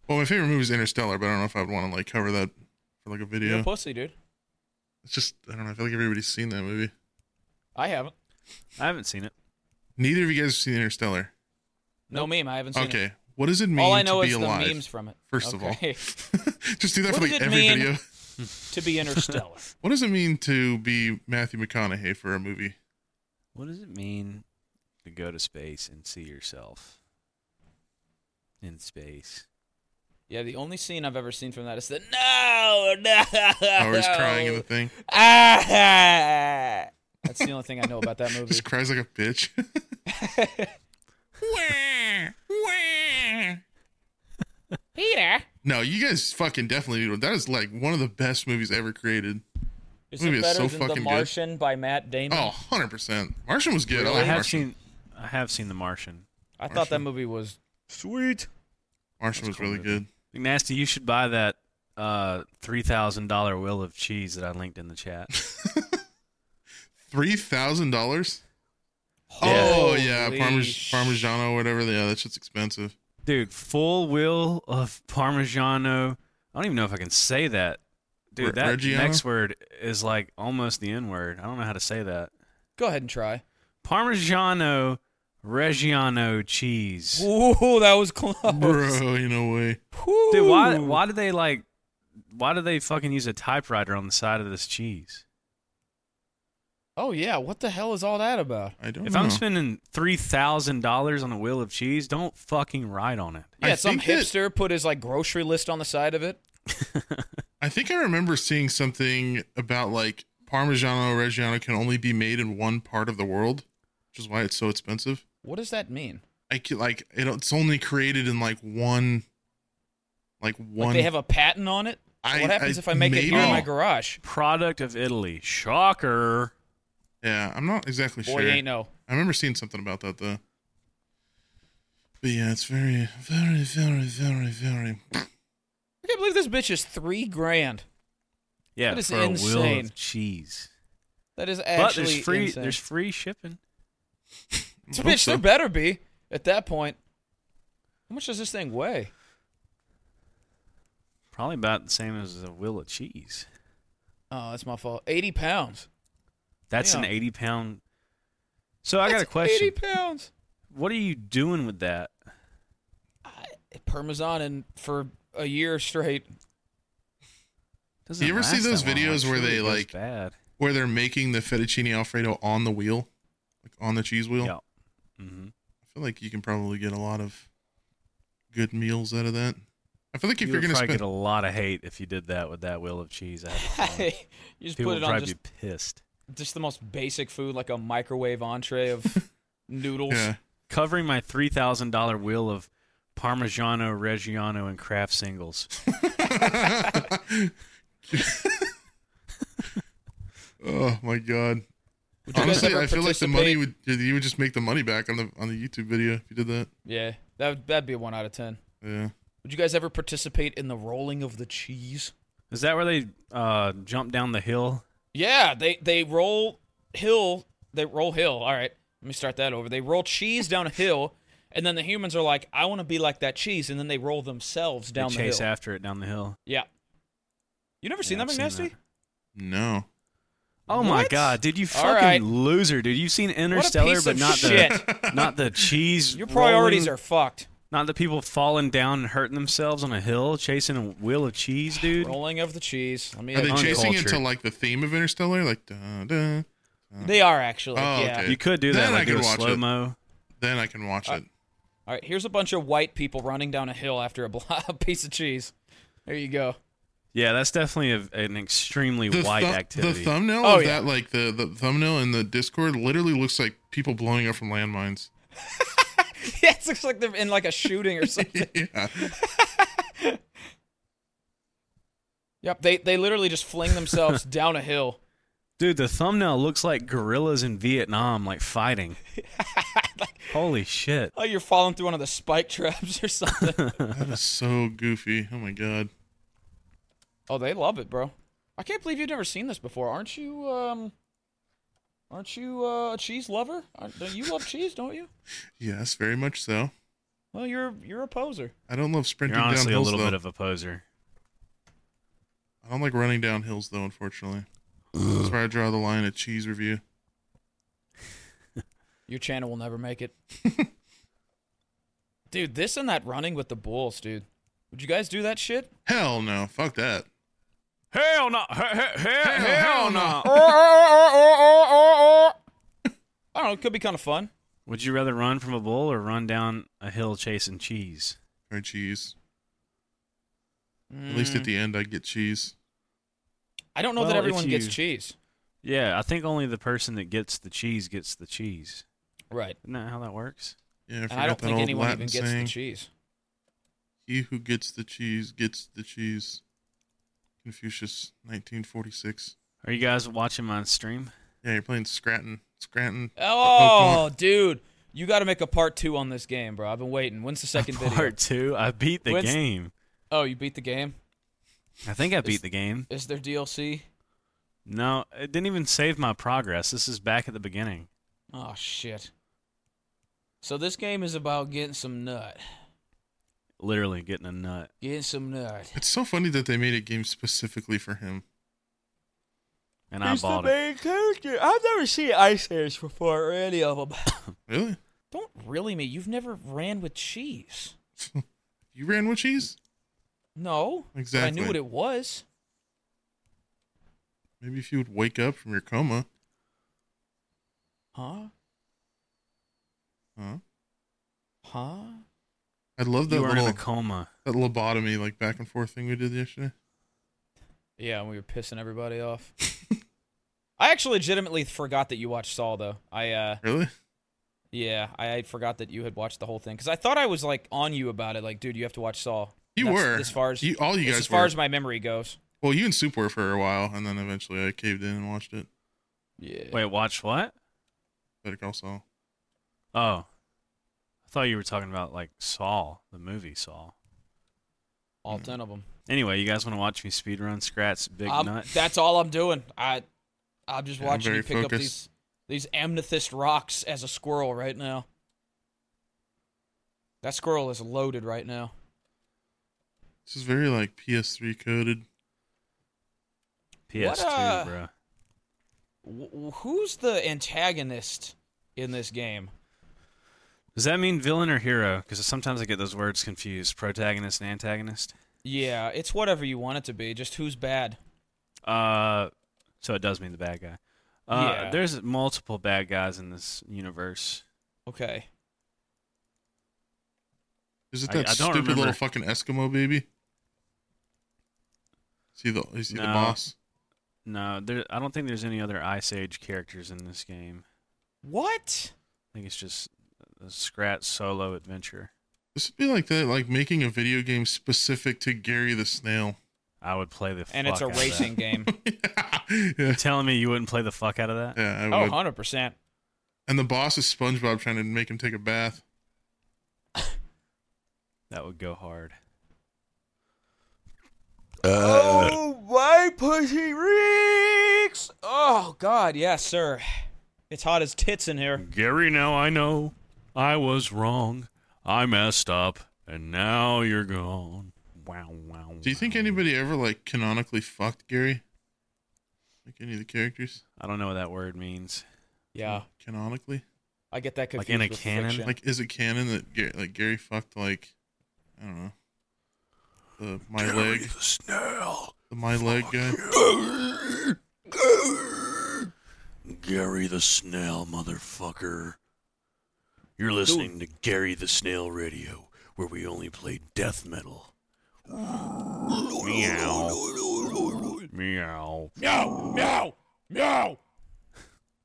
C: Well, my favorite movie is Interstellar, but I don't know if I would want to like cover that for like a
D: You're a
C: video.
D: pussy, dude.
C: It's just I don't know. I feel like everybody's seen that movie.
D: I haven't.
B: I haven't seen it.
C: Neither of you guys have seen Interstellar.
D: No meme. I haven't seen
C: Okay.
D: it.
C: What does it mean
D: All I know
C: to be
D: is
C: alive?
D: the memes from it.
C: First of all.
D: Okay.
C: just do that
D: What
C: for
D: does
C: like
D: it
C: every
D: mean?
C: video.
D: to be interstellar.
C: What does it mean to be Matthew McConaughey for a movie?
B: What does it mean to go to space and see yourself in space?
D: yeah, the only scene I've ever seen from that is the no, no.
C: Oh, he's crying in the thing.
D: Ah! That's the only thing I know about that movie.
C: Just cries like a bitch. Wah, wah.
D: Peter.
C: no, you guys fucking definitely need one. That is like one of the best movies ever created.
D: Is
C: Movie
D: it
C: is
D: better
C: so
D: than
C: fucking
D: The
C: good.
D: Martian by Matt Damon?
C: Oh, 100%. Martian was good. I
B: I
C: like
B: have
C: Martian.
B: seen I have seen The Martian.
D: I thought that movie was sweet.
C: Martian was
B: That's a cool
C: really
B: movie.
C: good.
B: Nasty, you should buy that uh, three thousand dollar wheel of cheese that I linked in the chat.
C: $3,000?
B: Yeah.
C: Oh, yeah.
D: Holy
C: Parmes-
D: sh-
C: Parmigiano, whatever. Yeah, that shit's expensive.
B: Dude, full wheel of Parmigiano. I don't even know if I can say that. Dude,
C: Re-
B: that
C: Reggiano?
B: next word is like almost the N word. I don't know how to say that.
D: Go ahead and try.
B: Parmigiano Reggiano cheese.
D: Ooh, that was close.
C: Bro, you know way.
D: Ooh.
B: Dude, why why do they like why do they fucking use a typewriter on the side of this cheese?
D: Oh yeah, what the hell is all that about?
C: I don't
B: if
C: know.
B: I'm spending three thousand dollars on a wheel of cheese, don't fucking write on it.
C: I
D: Yeah, some
C: think that-
D: hipster put his like grocery list on the side of it.
C: I think I remember seeing something about like Parmigiano Reggiano can only be made in one part of the world, which is why it's so expensive.
D: What does that mean?
C: I ca- like it, it's only created in like one, like
D: Like
C: one.
D: they have a patent on it.
C: I-
D: what happens
C: I-
D: if I make it
C: maybe-
D: here in my garage?
B: Product of Italy. Shocker.
C: yeah, I'm not exactly
D: Boy,
C: sure.
D: you ain't no.
C: I remember seeing something about that though. But yeah, it's very, very, very, very, very.
D: I can't believe this bitch is three grand.
B: Yeah,
D: That is
B: for a wheel
D: insane.
B: of cheese.
D: That is
B: But
D: actually
B: there's free
D: insane.
B: there's free shipping.
D: bitch, there better be at that point. How much does this thing weigh?
B: Probably about the same as a wheel of cheese.
D: Oh, that's my fault. 80 pounds.
B: That's an
D: Damn.
B: 80 pound. So I got a
D: That's
B: question.
D: 80 pounds.
B: What are you doing with that?
D: I, Parmesan and for a year straight.
B: Doesn't
C: You ever see
B: last
C: those
B: that long.
C: videos where
B: Surely
C: they,
B: it goes
C: like,
B: bad?
C: Where they're making the fettuccine alfredo on the wheel, like on the cheese wheel.
B: Yeah. hmm
C: I feel like you can probably get a lot of good meals out of that. I feel like if
B: you
C: you are
B: would
C: gonna
B: probably
C: spend,
B: get a lot of hate if you did that with that wheel of cheese. I have a feeling.
D: you just
B: People
D: put
B: would
D: it on
B: probably
D: just,
B: be pissed.
D: just the most basic food, like a microwave entree of noodles.
C: yeah,
B: Covering my three thousand dollar wheel of Parmigiano Reggiano and Kraft singles.
C: oh my god.
D: Would you guys
C: Honestly,
D: ever
C: I feel like the money
D: participate-
C: would you would just make the money back on the on the YouTube video if you did that.
D: Yeah, that would, that'd be a one out of ten.
C: Yeah.
D: Would you guys ever participate in the rolling of the cheese?
B: Is that where they uh, jump down the hill?
D: Yeah, they they roll hill. They roll hill. All right, let me start that over. They roll cheese down a hill, and then the humans are like, "I want to be like that cheese," and then they roll themselves down
B: they
D: the
B: chase
D: hill.
B: after it down the hill.
D: Yeah. You never seen
B: Yeah,
D: that,
B: I've
D: McNasty?
B: seen
C: No.
B: Oh my
D: What?
B: god, did you
D: All
B: fucking
D: right.
B: loser, dude? You've seen Interstellar,
D: piece
B: but
D: of
B: not the
D: shit.
B: not the cheese.
D: Your priorities
B: rolling,
D: are fucked.
B: not the people falling down and hurting themselves on a hill chasing a wheel of cheese, dude.
D: Rolling of the cheese. Let me.
C: Are they
B: Yeah,
C: chasing into
B: uncultured.
C: like the theme of Interstellar? Like da da.
D: They are actually.
C: Oh,
D: yeah.
C: okay.
B: You could do that
C: Then I
B: like
C: could
B: do a
C: watch it.
B: slow mo.
C: Then I can watch it.
D: All right. Here's a bunch of white people running down a hill after a, blo- a piece of cheese. There you go.
B: Yeah, that's definitely a, an extremely
C: The,
B: wide
C: thu-
B: activity.
C: the thumbnail
D: Oh,
C: of
D: yeah.
C: that, like the, the thumbnail in the Discord, literally looks like people blowing up from landmines.
D: yeah, it looks like they're in like a shooting or something.
C: yeah.
D: Yep, they they literally just fling themselves down a hill.
B: Dude, the thumbnail looks like gorillas in Vietnam, like fighting. Holy shit.
D: Oh, you're falling through one of the spike traps or something.
C: That is so goofy. Oh my god.
D: oh, they love it, bro. I can't believe you've never seen this before. Aren't you um aren't you uh, a cheese lover? Aren't, don't you love cheese, don't you?
C: Yes, very much so.
D: Well, you're you're a poser.
C: I don't love
B: You're
C: sprinting down hills
B: honestly a little
C: though.
B: bit of a poser.
C: I don't like running down hills though, unfortunately. That's where I draw the line at cheese review.
D: Your channel will never make it. dude, this and that running with the bulls, dude. Would you guys do that shit?
C: Hell no. Fuck that.
B: Hell no. Hell,
C: hell no.
D: I don't know, it could be kind of fun.
B: Would you rather run from a bull or run down a hill chasing cheese?
C: Or cheese. At least at the end, I get cheese.
D: I don't know
B: Well,
D: that
B: if
D: everyone gets
B: you-
D: cheese.
B: Yeah, I think only the person that gets the cheese gets the cheese.
D: Right.
B: Isn't that how that works?
C: Yeah, I
D: And
C: forgot
D: I don't
C: that
D: think
C: old
D: anyone
C: Latin
D: even gets
C: saying.
D: the cheese.
C: He who gets the cheese gets the cheese. Confucius, 1946.
B: Are you guys watching my stream?
C: Yeah, you're playing Scranton. Scranton.
D: Oh,
C: Oklahoma.
D: dude. You got to make a part two on this game, bro. I've been waiting. When's the second
B: Part
D: video?
B: two. I beat the
D: When's-
B: game.
D: Oh, you beat the game?
B: I think I
D: Is-
B: beat the game.
D: Is there DLC?
B: No, it didn't even save my progress. This is back at the beginning.
D: Oh, shit. So this game is about getting some nut.
B: Literally getting a nut.
D: Getting some nut.
C: It's so funny that they made a game specifically for him.
B: And I bought it.
D: character. I've never seen Ice Airs before or any of them.
C: Really?
D: Don't really me. You've never ran with cheese.
C: You ran with cheese?
D: No. but I
C: Exactly.
D: knew what it was.
C: Maybe if you would wake up from your coma.
D: Huh?
C: Huh?
D: Huh?
C: I love that
B: You were in
C: little
B: a coma.
C: that lobotomy like back and forth thing we did yesterday.
D: Yeah, and we were pissing everybody off. I actually legitimately forgot that you watched Saul though. I uh
C: Really?
D: yeah, I forgot that you had watched the whole thing cuz I thought I was like on you about it like dude, you have to watch Saul.
C: You
D: That's
C: were.
D: as far as
C: You- all you
D: it's
C: guys
D: as far
C: were.
D: as my memory goes.
C: Well, you and Soup were for a while, and then eventually I caved in and watched it.
D: Yeah.
B: Wait, watch what?
C: Better Call Saul.
B: Oh. I thought you were talking about like Saul, the movie Saul.
D: all 10 of them.
B: Anyway, you guys want to watch me speedrun Scrat's Big Nut?
D: Um, that's all I'm doing. I I'm just
C: Yeah, I'm
D: watching you
C: very
D: pick up these
C: focused.
D: these amethyst rocks as a squirrel right now. That squirrel is loaded right now.
C: This is very like PS3 coded.
B: PS2,
D: uh,
B: bro.
D: Wh- who's the antagonist in this game?
B: Does that mean villain or hero? Because sometimes I get those words confused. Protagonist and antagonist.
D: Yeah, it's whatever you want it to be. Just who's bad?
B: Uh, so it does mean the bad guy. Uh,
D: Yeah.
B: There's multiple bad guys in this universe.
D: Okay.
C: Is it
B: I-
C: that
B: I don't
C: stupid
B: remember.
C: little fucking Eskimo baby? See the is he the
B: No.
C: boss?
B: No, there. I don't think there's any other Ice Age characters in this game.
D: What?
B: I think it's just a Scrat solo adventure.
C: This would be like that, like making a video game specific to Gary the Snail.
B: I would play the.
D: And
B: fuck
D: it's a
B: out of that.
D: racing game.
C: yeah,
B: You're telling me you wouldn't play the fuck out of that?
C: yeah, I
D: Oh,
C: would.
D: 100%.
C: and the boss is SpongeBob trying to make him take a bath.
B: That would go hard.
C: Uh,
D: Oh, my pussy reeks! Oh, God, yes, sir. It's hot as tits in here.
B: Gary, now I know I was wrong. I messed up, and now you're gone. Wow, wow.
C: Do you think
B: wow.
C: anybody ever like canonically fucked Gary? Like any of the characters
B: I don't know what that word means.
D: Yeah,
C: canonically?
D: I get that
B: Like
D: confused
B: in a
D: with
B: cannon?
D: friction.
C: Like, is it canon that Gary, like Gary fucked like I don't know the my leg the snail the my leg guy?
G: Gary the Snail, motherfucker. You're listening to Gary the Snail Radio, where we only play death metal.
B: Meow.
D: Meow! Meow! Meow!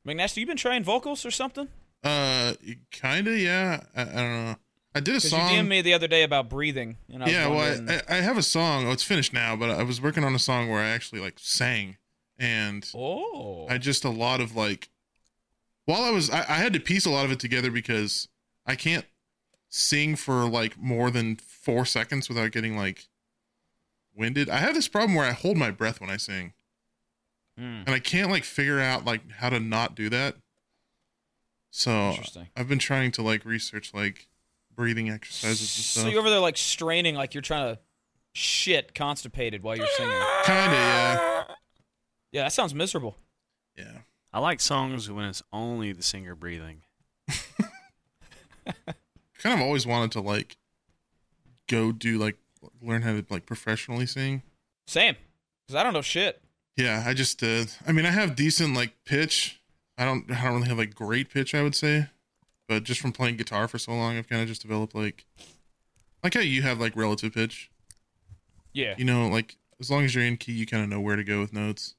D: McNasty, you been trying vocals or something?
C: Uh, kinda, yeah. I, I don't know. I did a
D: Because you
C: song.
D: DM'd me the other day about breathing. And I was
C: yeah, well,
D: wondering-
C: I, I, I have a song. Oh, it's finished now, but I was working on a song where I actually like sang, and
D: oh.
C: I just a lot of like. While I was, I, I had to piece a lot of it together because I can't sing for like more than four seconds without getting like winded. I have this problem where I hold my breath when I sing,
D: Mm.
C: and I can't like figure out like how to not do that. So
D: Interesting.
C: I've been trying to like research like breathing exercises and stuff.
D: So you're over there like straining, like you're trying to shit constipated while you're singing.
C: Kinda, yeah,
D: Yeah, that sounds miserable.
C: yeah.
B: I like songs when it's only the singer breathing.
C: Kind of always wanted to like go do like learn how to like professionally sing.
D: Same, because I don't know shit.
C: Yeah, I just uh I mean I have decent like pitch. I don't I don't really have like great pitch I would say. But just from playing guitar for so long I've kind of just developed like like how you have like relative pitch.
D: Yeah,
C: You know, like as long as you're in key you kind of know where to go with notes.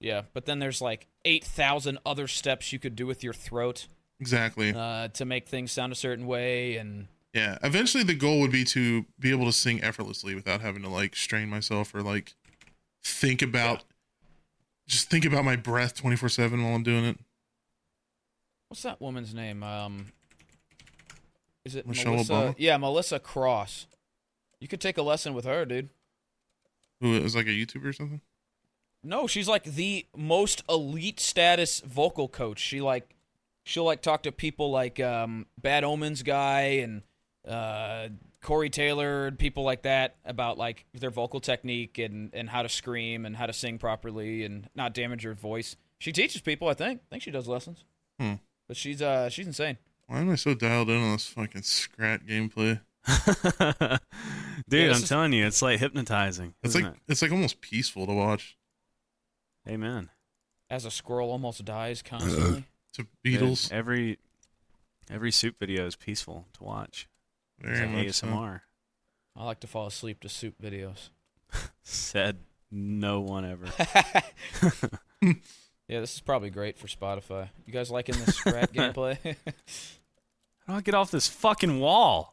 D: yeah. But then there's like eight thousand other steps you could do with your throat
C: Exactly.
D: uh, to make things sound a certain way, and
C: Yeah. Eventually the goal would be to be able to sing effortlessly without having to like strain myself or like think about just think about my breath 24/7 while I'm doing it.
D: what's that woman's name? Um, is it
C: Michelle
D: Melissa?
C: Obama?
D: Yeah, Melissa Cross. You could take a lesson with her, dude.
C: Who is like a YouTuber or something?
D: No, she's like the most elite status vocal coach. She like she'll like talk to people like um Bad Omens guy and uh Corey Taylor and people like that about like their vocal technique and and how to scream and how to sing properly and not damage your voice. She teaches people, I think. I think she does lessons.
C: Hmm.
D: But she's uh she's insane.
C: Why am I so dialed in on this fucking scrat gameplay?
B: Dude,
D: Yeah, this
B: I'm
D: is-
B: telling you, it's like hypnotizing.
C: It's
B: isn't
C: like it's like almost peaceful to watch.
B: it? Amen.
D: As a squirrel almost dies constantly.
C: To
B: Dude,
C: Beatles,
B: E- every every soup video is peaceful to watch. It's
C: very
B: like
C: much so.
B: ASMR.
D: I like to fall asleep to soup videos.
B: Said no one ever.
D: Yeah, this is probably great for Spotify. You guys liking this scrap gameplay?
B: How do I get off this fucking wall?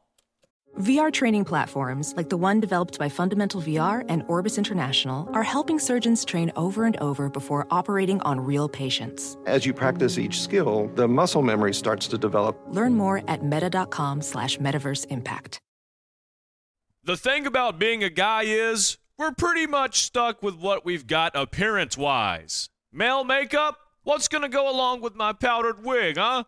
H: VR training platforms, like the one developed by Fundamental VR and Orbis International, are helping surgeons train over and over before operating on real patients.
I: As you practice each skill, the muscle memory starts to develop.
H: Learn more at meta.com slash metaverse impact.
B: The thing about being a guy is we're pretty much stuck with what we've got appearance wise. Male makeup? What's gonna go along with my powdered wig, huh?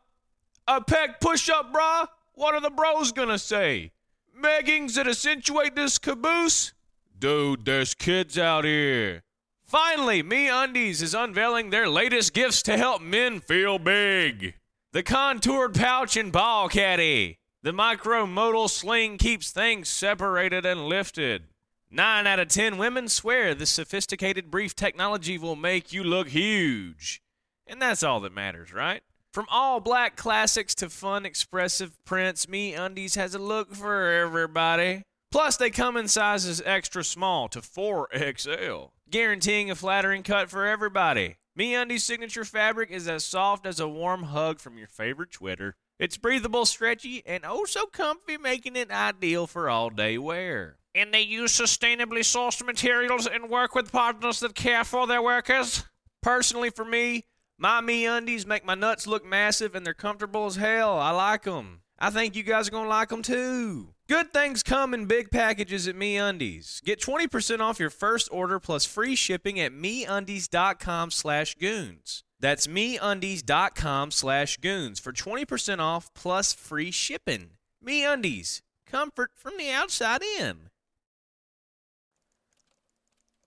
B: A pec push up bra?
E: What are the bros gonna say? Meggings that accentuate this caboose? Dude, there's kids out here. Finally, Me Undies is unveiling their latest gifts to help men feel big. The contoured pouch and ball caddy. The micromodal sling keeps things separated and lifted. Nine out of ten women swear this sophisticated brief technology will make you look huge. And that's all that matters, right? From all black classics to fun, expressive prints, Me Undies has a look for everybody. Plus, they come in sizes extra small to 4XL, guaranteeing a flattering cut for everybody. Me Undies' signature fabric is as soft as a warm hug from your favorite sweater. It's breathable, stretchy, and oh so comfy, making it ideal for all day wear. And they use sustainably sourced materials and work with partners that care for their workers. Personally, for me, my me undies make my nuts look massive and they're comfortable as hell. I like them. I think you guys are going to like them too. Good things come in big packages at me undies. Get 20% off your first order plus free shipping at meundies.com slash goons. That's meundies.com slash goons for 20% off plus free shipping. Me undies, comfort from the outside in.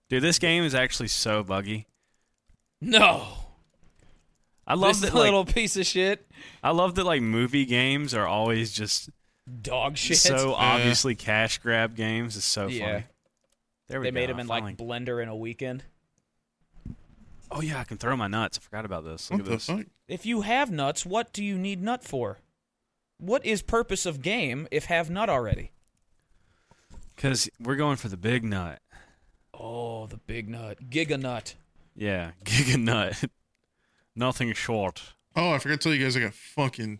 B: Dude, this game is actually so buggy.
D: No.
B: I love
D: this
B: that
D: little
B: like
D: piece of shit.
B: I love that like movie games are always just
D: Dog shit.
B: so obviously cash grab games. It's so
D: Yeah.
B: funny. There we
D: they
B: go.
D: made
B: I
D: him in
B: finally-
D: like Blender in a weekend.
B: oh yeah, I can throw my nuts. I forgot about this. Look
C: What
B: at
C: the
B: this.
C: fuck?
D: If you have nuts, what do you need nut for? What is purpose of game if have nut already?
B: Because we're going for the big nut.
D: Oh, the big nut, giga nut.
B: Yeah, giga nut. Nothing short.
C: Oh, I forgot to tell you guys I got fucking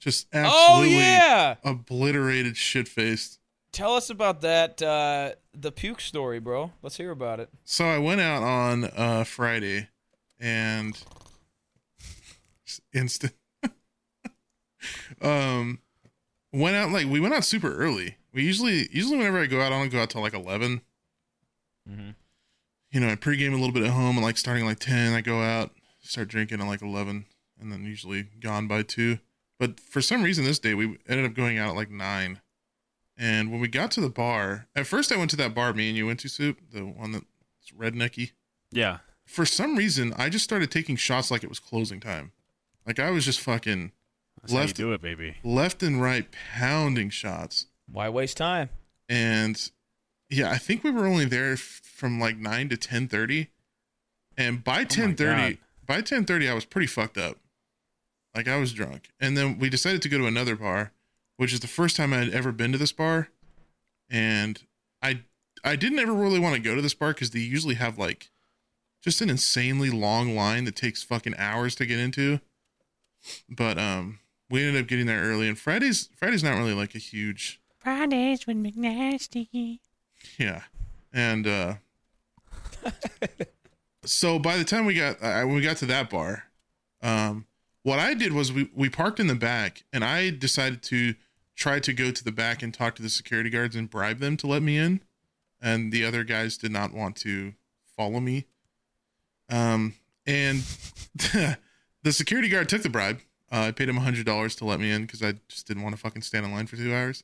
C: just
D: Oh,
C: absolutely
D: yeah!
C: obliterated shit faced.
D: Tell us about that uh the puke story, bro. Let's hear about it.
C: So I went out on uh Friday and just instant um went out like we went out super early. We usually usually whenever I go out, I don't go out till like 11 You know, I pregame a little bit at home and like starting at like ten, I go out, start drinking at like eleven, and then usually gone by two. But for some reason this day we ended up going out at like nine. And when we got to the bar, at first I went to that bar me and you went to soup, the one that's rednecky.
B: Yeah.
C: For some reason, I just started taking shots like it was closing time. Like I was just fucking
B: That's
C: Left-
B: how you do it, baby.
C: left and right pounding shots.
D: Why waste time?
C: And yeah, I think we were only there f- from like 9 to 10:30. And by 10:30,
B: God.
C: by 10:30 I was pretty fucked up. Like I was drunk. And then we decided to go to another bar, which is the first time I had ever been to this bar. And I I didn't ever really want to go to this bar cuz they usually have like just an insanely long line that takes fucking hours to get into. But um we ended up getting there early and Friday's Friday's not really like a huge
B: Fridays with McNasty.
C: yeah. And uh so by the time we got uh, when we got to that bar, um what I did was we we parked in the back and I decided to try to go to the back and talk to the security guards and bribe them to let me in. And the other guys did not want to follow me. Um and the security guard took the bribe. Uh, I paid him $100 to let me in cuz I just didn't want to fucking stand in line for 2 hours.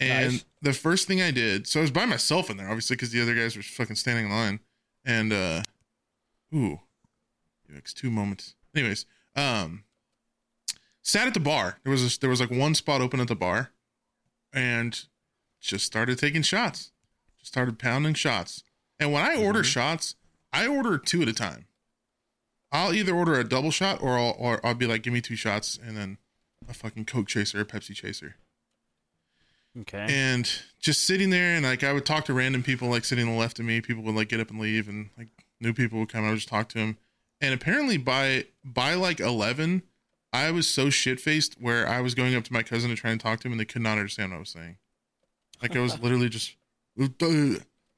C: And
D: Nice.
C: the first thing I did, so I was by myself in there, obviously, because the other guys were fucking standing in line. And uh ooh. Yikes, two moments. Anyways, um sat at the bar. There was a, there was like one spot open at the bar and just started taking shots. Just started pounding shots. And when I order shots, I order two at a time. I'll either order a double shot or I'll or I'll be like, give me two shots and then a fucking Coke chaser or a Pepsi chaser
B: Okay.
C: and just sitting there and like i would talk to random people like sitting on the left of me people would like get up and leave and like new people would come i would just talk to them and apparently by by like 11 i was so shit-faced where i was going up to my cousin to try and talk to him and they could not understand what i was saying like i was literally just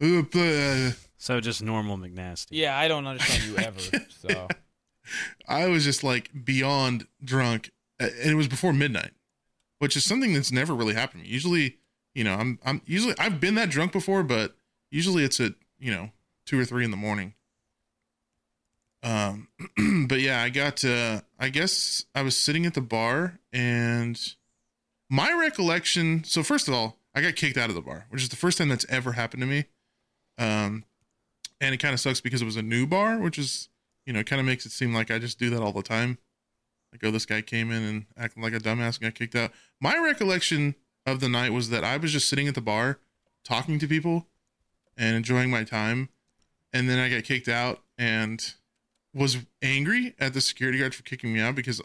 B: so just normal McNasty.
D: Yeah, I don't understand you ever. So
C: I was just like beyond drunk, uh, and it was before midnight, which is something that's never really happened. Usually, you know, I'm I'm usually I've been that drunk before, but usually it's at you know two or three in the morning. Um, but yeah, I got uh, I guess I was sitting at the bar and my recollection so first of all i got kicked out of the bar which is the first time that's ever happened to me um and it kind of sucks because it was a new bar which is you know kind of makes it seem like i just do that all the time like oh this guy came in and acting like a dumbass and got kicked out my recollection of the night was that i was just sitting at the bar talking to people and enjoying my time and then i got kicked out and was angry at the security guard for kicking me out because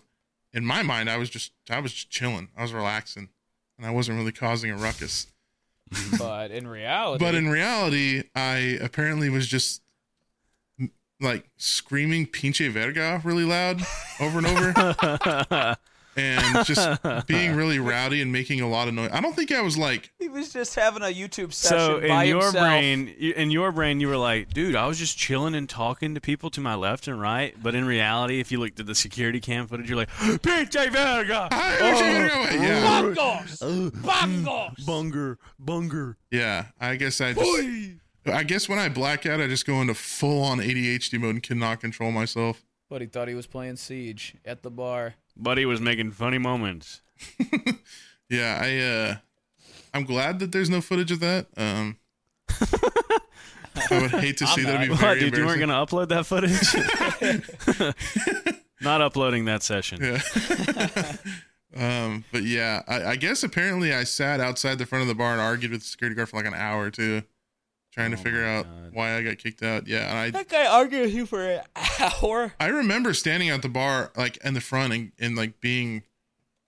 C: in my mind I was just I was just chilling. I was relaxing and I wasn't really causing a ruckus.
D: but in reality,
C: But in reality, I apparently was just m- like screaming pinche verga really loud over and over and just being really rowdy and making a lot of noise. I don't think I was like
J: He was just having a YouTube session
E: So in
J: by
E: your
J: himself.
E: brain, you- in your brain, you were like, "Dude, I was just chilling and talking to people to my left and right." But in reality, if you looked at the security cam footage, you're like, "PJ Verga,
C: "Hi, Pinche verga!" yeah.
D: Bongos! Bongos!
G: Bunger, bunger.
C: Yeah, I guess I just. I guess when I black out, I just go into full on ADHD mode and cannot control myself.
D: But he thought he was playing Siege at the bar.
E: buddy was making funny moments."
C: Yeah, I. uh I'm glad that there's no footage of that. Um I would hate to see that. It'd be
E: What,
C: very
E: dude? You weren't
C: embarrassing.
E: gonna upload that footage? Not uploading that session.
C: Um, but yeah, I, I guess apparently I sat outside the front of the bar and argued with the security guard for like an hour or two, trying
D: Oh
C: to figure out why I got kicked out. Yeah, and I
J: That guy argued with you for an hour.
C: I remember standing at the bar, like in the front, and, and like being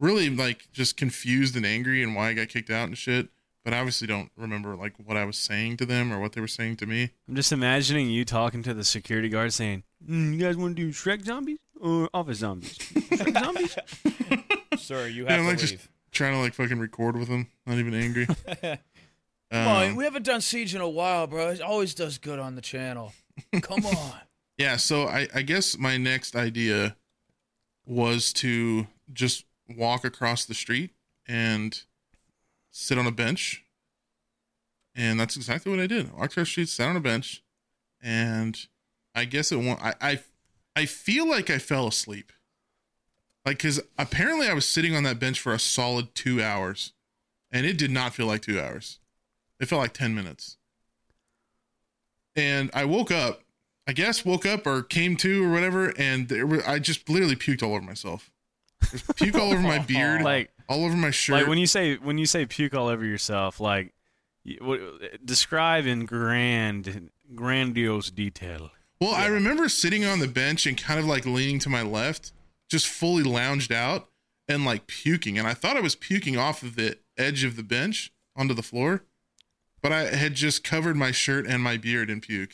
C: really like just confused and angry and why I got kicked out and shit. But I obviously don't remember like what I was saying to them or what they were saying to me.
E: I'm just imagining you talking to the security guard saying, mm, "You guys want to do Shrek zombies or Office zombies?" Shrek zombies.
D: Sir, you
C: Yeah,
D: have
C: I'm
D: to
C: like
D: leave.
C: just trying to like fucking record with them, not even angry.
D: Come
C: Um,
D: on, we haven't done Siege in a while, bro. It always does good on the channel. Come on.
C: Yeah, so I, I guess my next idea was to just walk across the street and sit on a bench. And that's exactly what I did. I walked across the street, sat on a bench, and I guess it won't I, I I feel like I fell asleep. Like cause apparently I was sitting on that bench for a solid two hours. And it did not feel like two hours. It felt like ten minutes. And I woke up I guess woke up or came to or whatever, and there were, I just literally puked all over myself. There's puke all over my beard,
E: Like-
C: all over my shirt.
E: Like when you say when you say puke all over yourself, like you- what, describe in grand grandiose detail.
C: well, I remember sitting on the bench and kind of like leaning to my left, just fully lounged out and like puking, and I thought I was puking off of the edge of the bench onto the floor, but I had just covered my shirt and my beard in puke.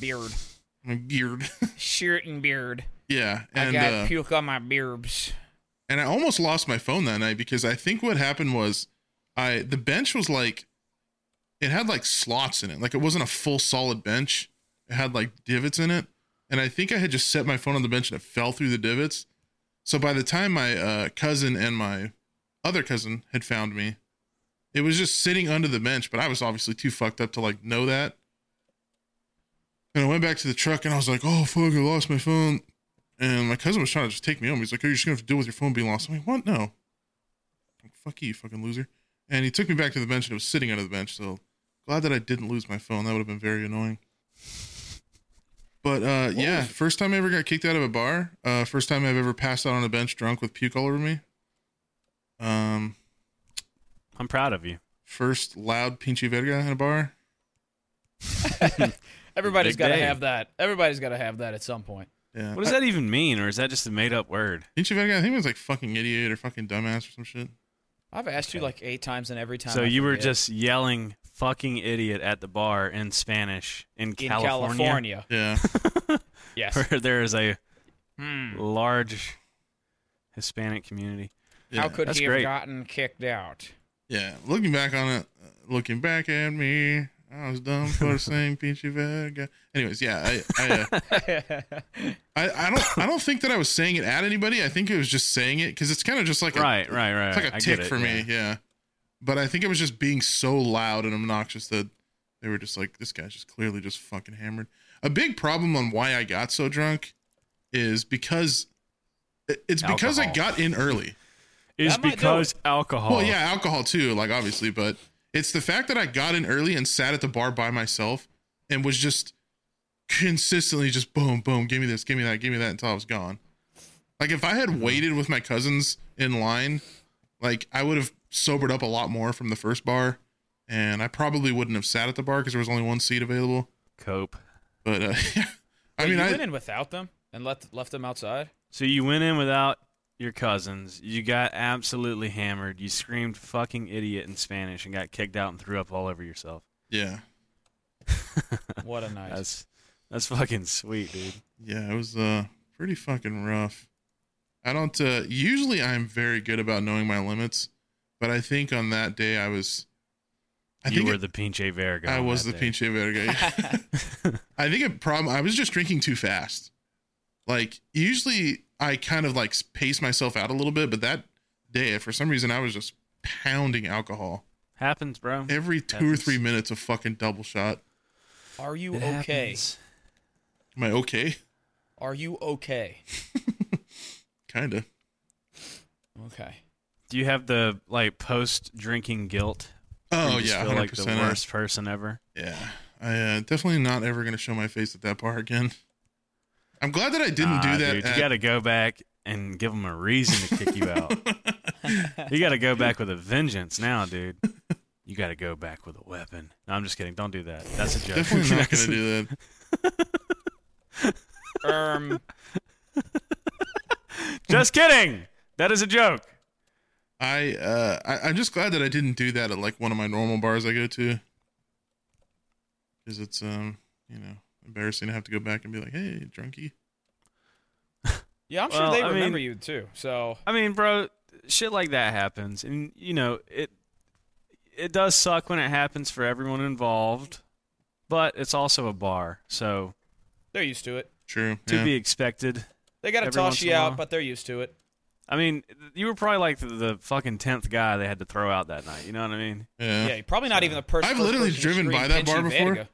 D: Beard.
C: My beard,
D: Shirt and beard.
C: yeah, and
D: I got
C: uh,
D: puke on my bearbs.
C: and I almost lost my phone that night because I think what happened was I the bench was like it had like slots in it. Like it wasn't a full solid bench. It had like divots in it. And I think I had just set my phone on the bench and it fell through the divots. So by the time my uh, cousin and my other cousin had found me, it was just sitting under the bench, but I was obviously too fucked up to like know that. And I went back to the truck and I was like, oh fuck, I lost my phone. And my cousin was trying to just take me home. He's like, "Oh, you're just gonna have to deal with your phone being lost." I'm like, "What? No." I'm like, Fuck you, you fucking loser. And he took me back to the bench, and it was sitting under the bench. So glad that I didn't lose my phone. That would have been very annoying. But uh, yeah, first time I ever got kicked out of a bar. Uh, first time I've ever passed out on a bench drunk with puke all over me. Um,
E: I'm proud of you.
C: first loud pinchy verga in a bar.
D: Everybody's
E: Big
D: got to
E: day.
D: have that. Everybody's got to have that at some point.
C: Yeah,
E: What does that even mean, or is that just a made up word?
C: pinchy verga? I think it was like fucking idiot or fucking dumbass or some shit.
D: I've asked you like eight times, and every time.
E: So
D: I
E: you were
D: forget.
E: just yelling "fucking idiot" at the bar in Spanish in,
D: in
E: California,
D: California.
C: Yeah,
D: Yes.
E: where there is a
D: Hmm.
E: large Hispanic community.
C: yeah.
D: How could
E: That's
D: he
E: great.
D: have gotten kicked out?
C: Yeah, looking back on it, uh, looking back at me, I was dumb for saying Pinchy Vega. Anyways, yeah, I, I, uh, I, I don't, I don't think that I was saying it at anybody. I think it was just saying it because it's kind of just like a,
E: Right, right, right.
C: it's like a
E: I get
C: tick
E: it,
C: for me.
E: yeah.
C: Yeah, but I think it was just being so loud and obnoxious that they were just like, this guy's just clearly just fucking hammered. A big problem on why I got so drunk is because it- it's because I
E: Alcohol.
C: got in early.
E: is
D: That might do
E: because alcohol.
C: Well, yeah, alcohol too, like obviously, but it's the fact that I got in early and sat at the bar by myself and was just consistently just boom, boom, give me this, give me that, give me that until I was gone. Like if I
D: Mm-hmm.
C: had waited with my cousins in line, like I would have sobered up a lot more from the first bar, and I probably wouldn't have sat at the bar because there was only one seat available.
E: Cope.
C: But uh, I
D: Wait,
C: mean,
D: you
C: I
D: went in without them and left left them outside.
E: So you went in without your cousins. You got absolutely hammered. You screamed "fucking idiot" in Spanish and got kicked out and threw up all over yourself.
C: yeah,
D: What a night!
E: That's that's fucking sweet, dude.
C: Yeah, it was uh pretty fucking rough. I don't uh usually I'm very good about knowing my limits, but I think on that day I was I
E: you
C: think
E: were
C: it-
E: the pinche verga.
C: I
E: on
C: was the
E: that day.
C: pinche verga. I think it problem I was just drinking too fast. Like usually I kind of like pace myself out a little bit, but that day for some reason I was just pounding alcohol
E: Happens, bro.
C: every 2 or
E: Happens.
C: 3 minutes a fucking double shot.
D: Are you
E: It
D: okay?
E: happens.
C: Am I okay?
D: Are you okay?
C: Kind of.
D: Okay.
E: Do you have the like post drinking guilt? Where
C: Oh
E: you just
C: yeah,
E: feel
C: 100%.
E: like the
C: I-
E: worst person ever.
C: Yeah, I uh, definitely not ever gonna show my face at that bar again. I'm glad that I didn't
E: Nah,
C: do that.
E: Dude,
C: at-
E: You got to go back and give them a reason to kick you out. you got to go back with a vengeance now, dude. You got to go back with a weapon. No, I'm just kidding. Don't do that. That's a joke.
C: definitely not gonna do that.
D: Um.
E: just kidding. That is a joke.
C: I, uh, I I'm just glad that I didn't do that at like one of my normal bars I go to, because it's um you know embarrassing to have to go back and be like, hey, drunky.
D: Yeah, I'm sure
E: Well,
D: they
E: I mean-
D: remember you too. So
E: I mean, bro, shit like that happens, and you know it. It does suck when it happens for everyone involved, but it's also a bar, so
D: they're used to it.
C: True.
E: to
C: yeah.
E: be expected.
D: They gotta
E: Every
D: toss
E: once
D: you
E: in a
D: out,
E: while.
D: but they're used to it.
E: I mean, you were probably like the, the fucking tenth guy they had to throw out that night. You know what I mean?
C: yeah.
D: Yeah, you're probably not even the person.
C: I've
D: first
C: literally
D: person to
C: driven
D: scream
C: by that bar
D: "Pinchy
C: before.
D: Verga."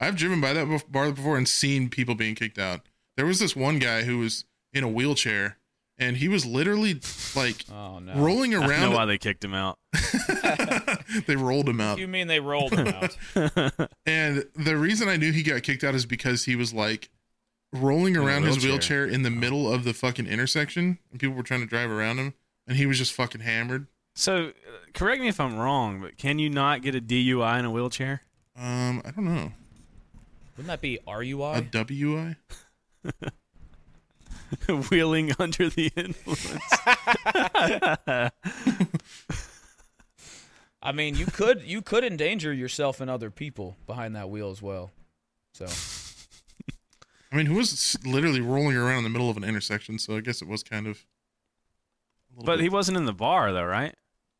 C: I've driven by that bef- bar before and seen people being kicked out. There was this one guy who was in a wheelchair and he was literally like
D: Oh no!
C: rolling
E: I know
C: around.
E: why they kicked him out.
C: they rolled him out.
D: You mean they rolled him out?
C: And the reason I knew he got kicked out is because he was like rolling
E: a
C: around his
E: wheelchair.
C: wheelchair in the middle of the fucking intersection, and people were trying to drive around him, and he was just fucking hammered.
E: So, uh, correct me if I'm wrong, but can you not get a DUI in a wheelchair?
C: Um, I don't know
D: Wouldn't that be
C: a
D: RUI?
C: WI.
E: Wheeling under the influence.
D: I mean, you could you could endanger yourself and other people behind that wheel as well. So
C: I mean, who was s- literally rolling around in the middle of an intersection? So I guess it was kind of. A little
E: but
C: bit-
E: he wasn't in the bar though, right?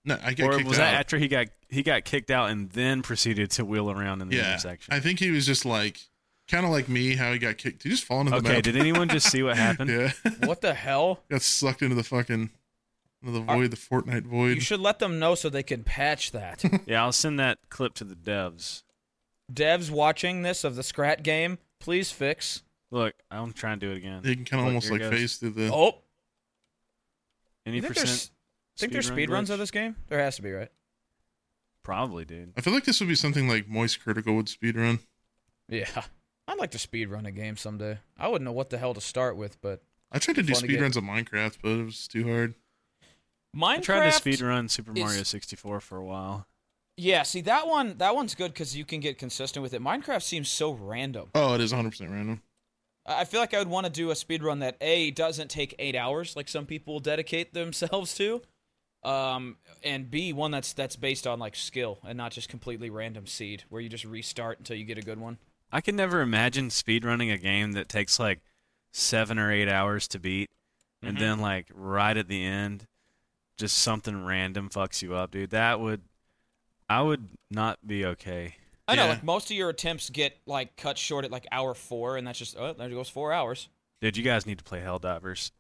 C: no, I got
E: Or
C: kicked
E: was
C: out.
E: that after he got he got kicked out and then proceeded to wheel around in the
C: yeah,
E: intersection?
C: I think he was just like, kind of like me, how he got kicked. He just fallen into the
E: okay,
C: map.
E: did anyone just see what happened?
C: yeah,
D: what the hell?
C: got sucked into the fucking, into the
D: Are-
C: void, the Fortnite void.
D: You should let them know so they can patch that.
E: Yeah, I'll send that clip to the devs.
D: Devs watching this of the Scrat game, please fix.
E: Look, I'm trying to do it again.
C: They can kind of
E: Look,
C: almost
E: here
C: like
E: it goes.
C: phase through the.
D: Oh,
E: Mm-hmm. any
D: you think
E: percent.
D: there's think there's speed runs
E: glitch?
D: of this game? There has to be, right?
E: Probably, dude.
C: I feel like this would be something like Moist Critical would speedrun.
D: Yeah. I'd like to speed run a game someday. I wouldn't know what the hell to start with, but
C: I tried to do
D: Fun to get.
C: speedruns of Minecraft, but it was too hard.
D: Minecraft.
E: I tried to speed run Super
D: is-
E: Mario 64 for a while.
D: Yeah, see that one. That one's good because you can get consistent with it. Minecraft seems so random.
C: Oh, it is 100% random.
D: I I feel like I would want to do a speed run that a doesn't take eight hours, like some people dedicate themselves to, um, and b one that's that's based on like skill and not just completely random seed where you just restart until you get a good one.
E: I can never imagine speedrunning a game that takes like seven or eight hours to beat,
D: Mm-hmm.
E: and then like right at the end, just something random fucks you up, dude. That would, I would not be okay.
D: I know,
C: Yeah.
D: like most of your attempts get like cut short at like hour four, and that's just oh there goes four hours.
E: Dude, you guys need to play Helldivers.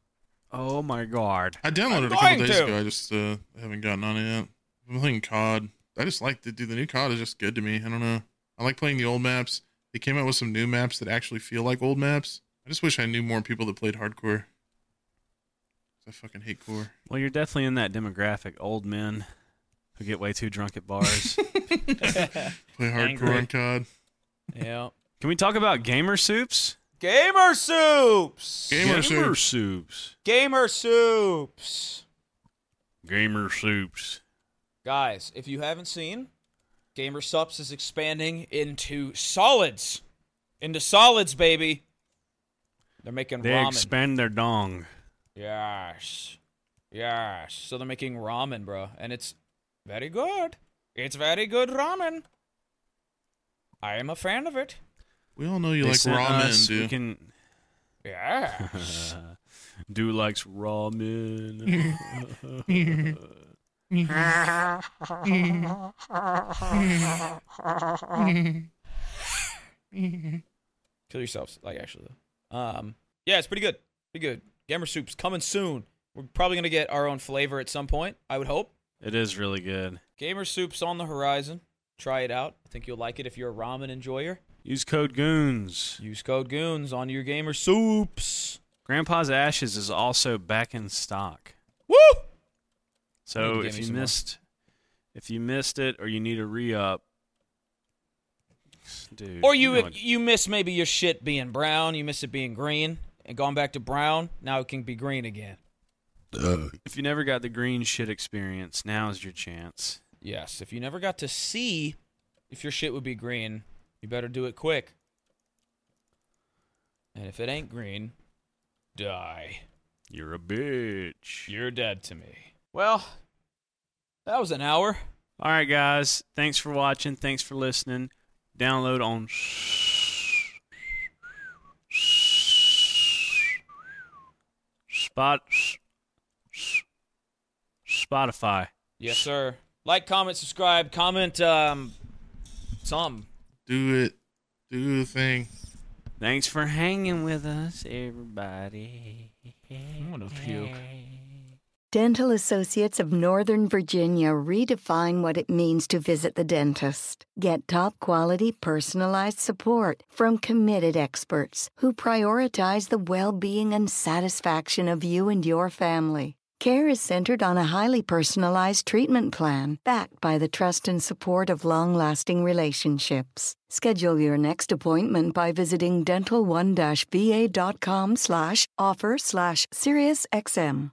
E: Oh my god.
C: I
D: I'm
C: downloaded it a
D: going
C: couple days
D: to.
C: ago. I just uh, haven't gotten on it yet. I'm playing COD. I just like to do the new COD is just good to me. I don't know. I like playing the old maps. They came out with some new maps that actually feel like old maps. I just wish I knew more people that played hardcore. I fucking hate core.
E: Well, you're definitely in that demographic, old men who get way too drunk at bars.
C: Play hardcore on COD.
D: Yeah.
E: Can we talk about gamer soups?
J: Gamer soups.
C: Gamer, soup.
E: soups.
J: Gamer soups.
E: Gamer soups.
D: Guys, if you haven't seen, Gamer Sups is expanding into solids. Into solids, baby. They're making
E: They
D: ramen.
E: expand their dong.
D: yes. Yes. So they're making ramen, bro. And it's very good. It's very good ramen. I am a fan of it.
C: We all know you
E: They
C: like
E: sent
C: ramen,
E: us- We
C: dude.
E: can
D: Yes.
E: do likes ramen.
D: Kill yourselves, like actually. though. Um, yeah, it's pretty good. Pretty good. Gamer soup's coming soon. We're probably gonna get our own flavor at some point. I would hope.
E: it is really good.
D: Gamer soup's on the horizon. Try it out. I think you'll like it if you're a ramen enjoyer.
E: Use code goons.
D: Use code goons on your gamer soups.
E: Grandpa's Ashes is also back in stock.
D: Woo!
E: So
D: get
E: if
D: me
E: you
D: some more.
E: missed, if you missed it, or you need a re up, dude.
D: Or you
E: know it.
D: you miss maybe your shit being brown. You miss it being green and gone back to brown. Now it can be green again.
C: Uh,
E: if you never got the green shit experience, now's your chance.
D: Yes. If you never got to see if your shit would be green, you better do it quick. And if it ain't green, die.
E: You're a bitch.
D: You're dead to me. Well, that was an hour.
E: All right, guys. Thanks for watching. Thanks for listening. Download on Spot Spotify.
D: Yes, sir. Like, comment, subscribe, comment, um, some.
C: Do it. Do the thing.
E: Thanks for hanging with us, everybody.
K: Dental Associates of Northern Virginia redefine what it means to visit the dentist. Get top quality personalized support from committed experts who prioritize the well being and satisfaction of you and your family. Care is centered on a highly personalized treatment plan backed by the trust and support of long lasting relationships. Schedule your next appointment by visiting dental1-va.com slash offer slash SiriusXM.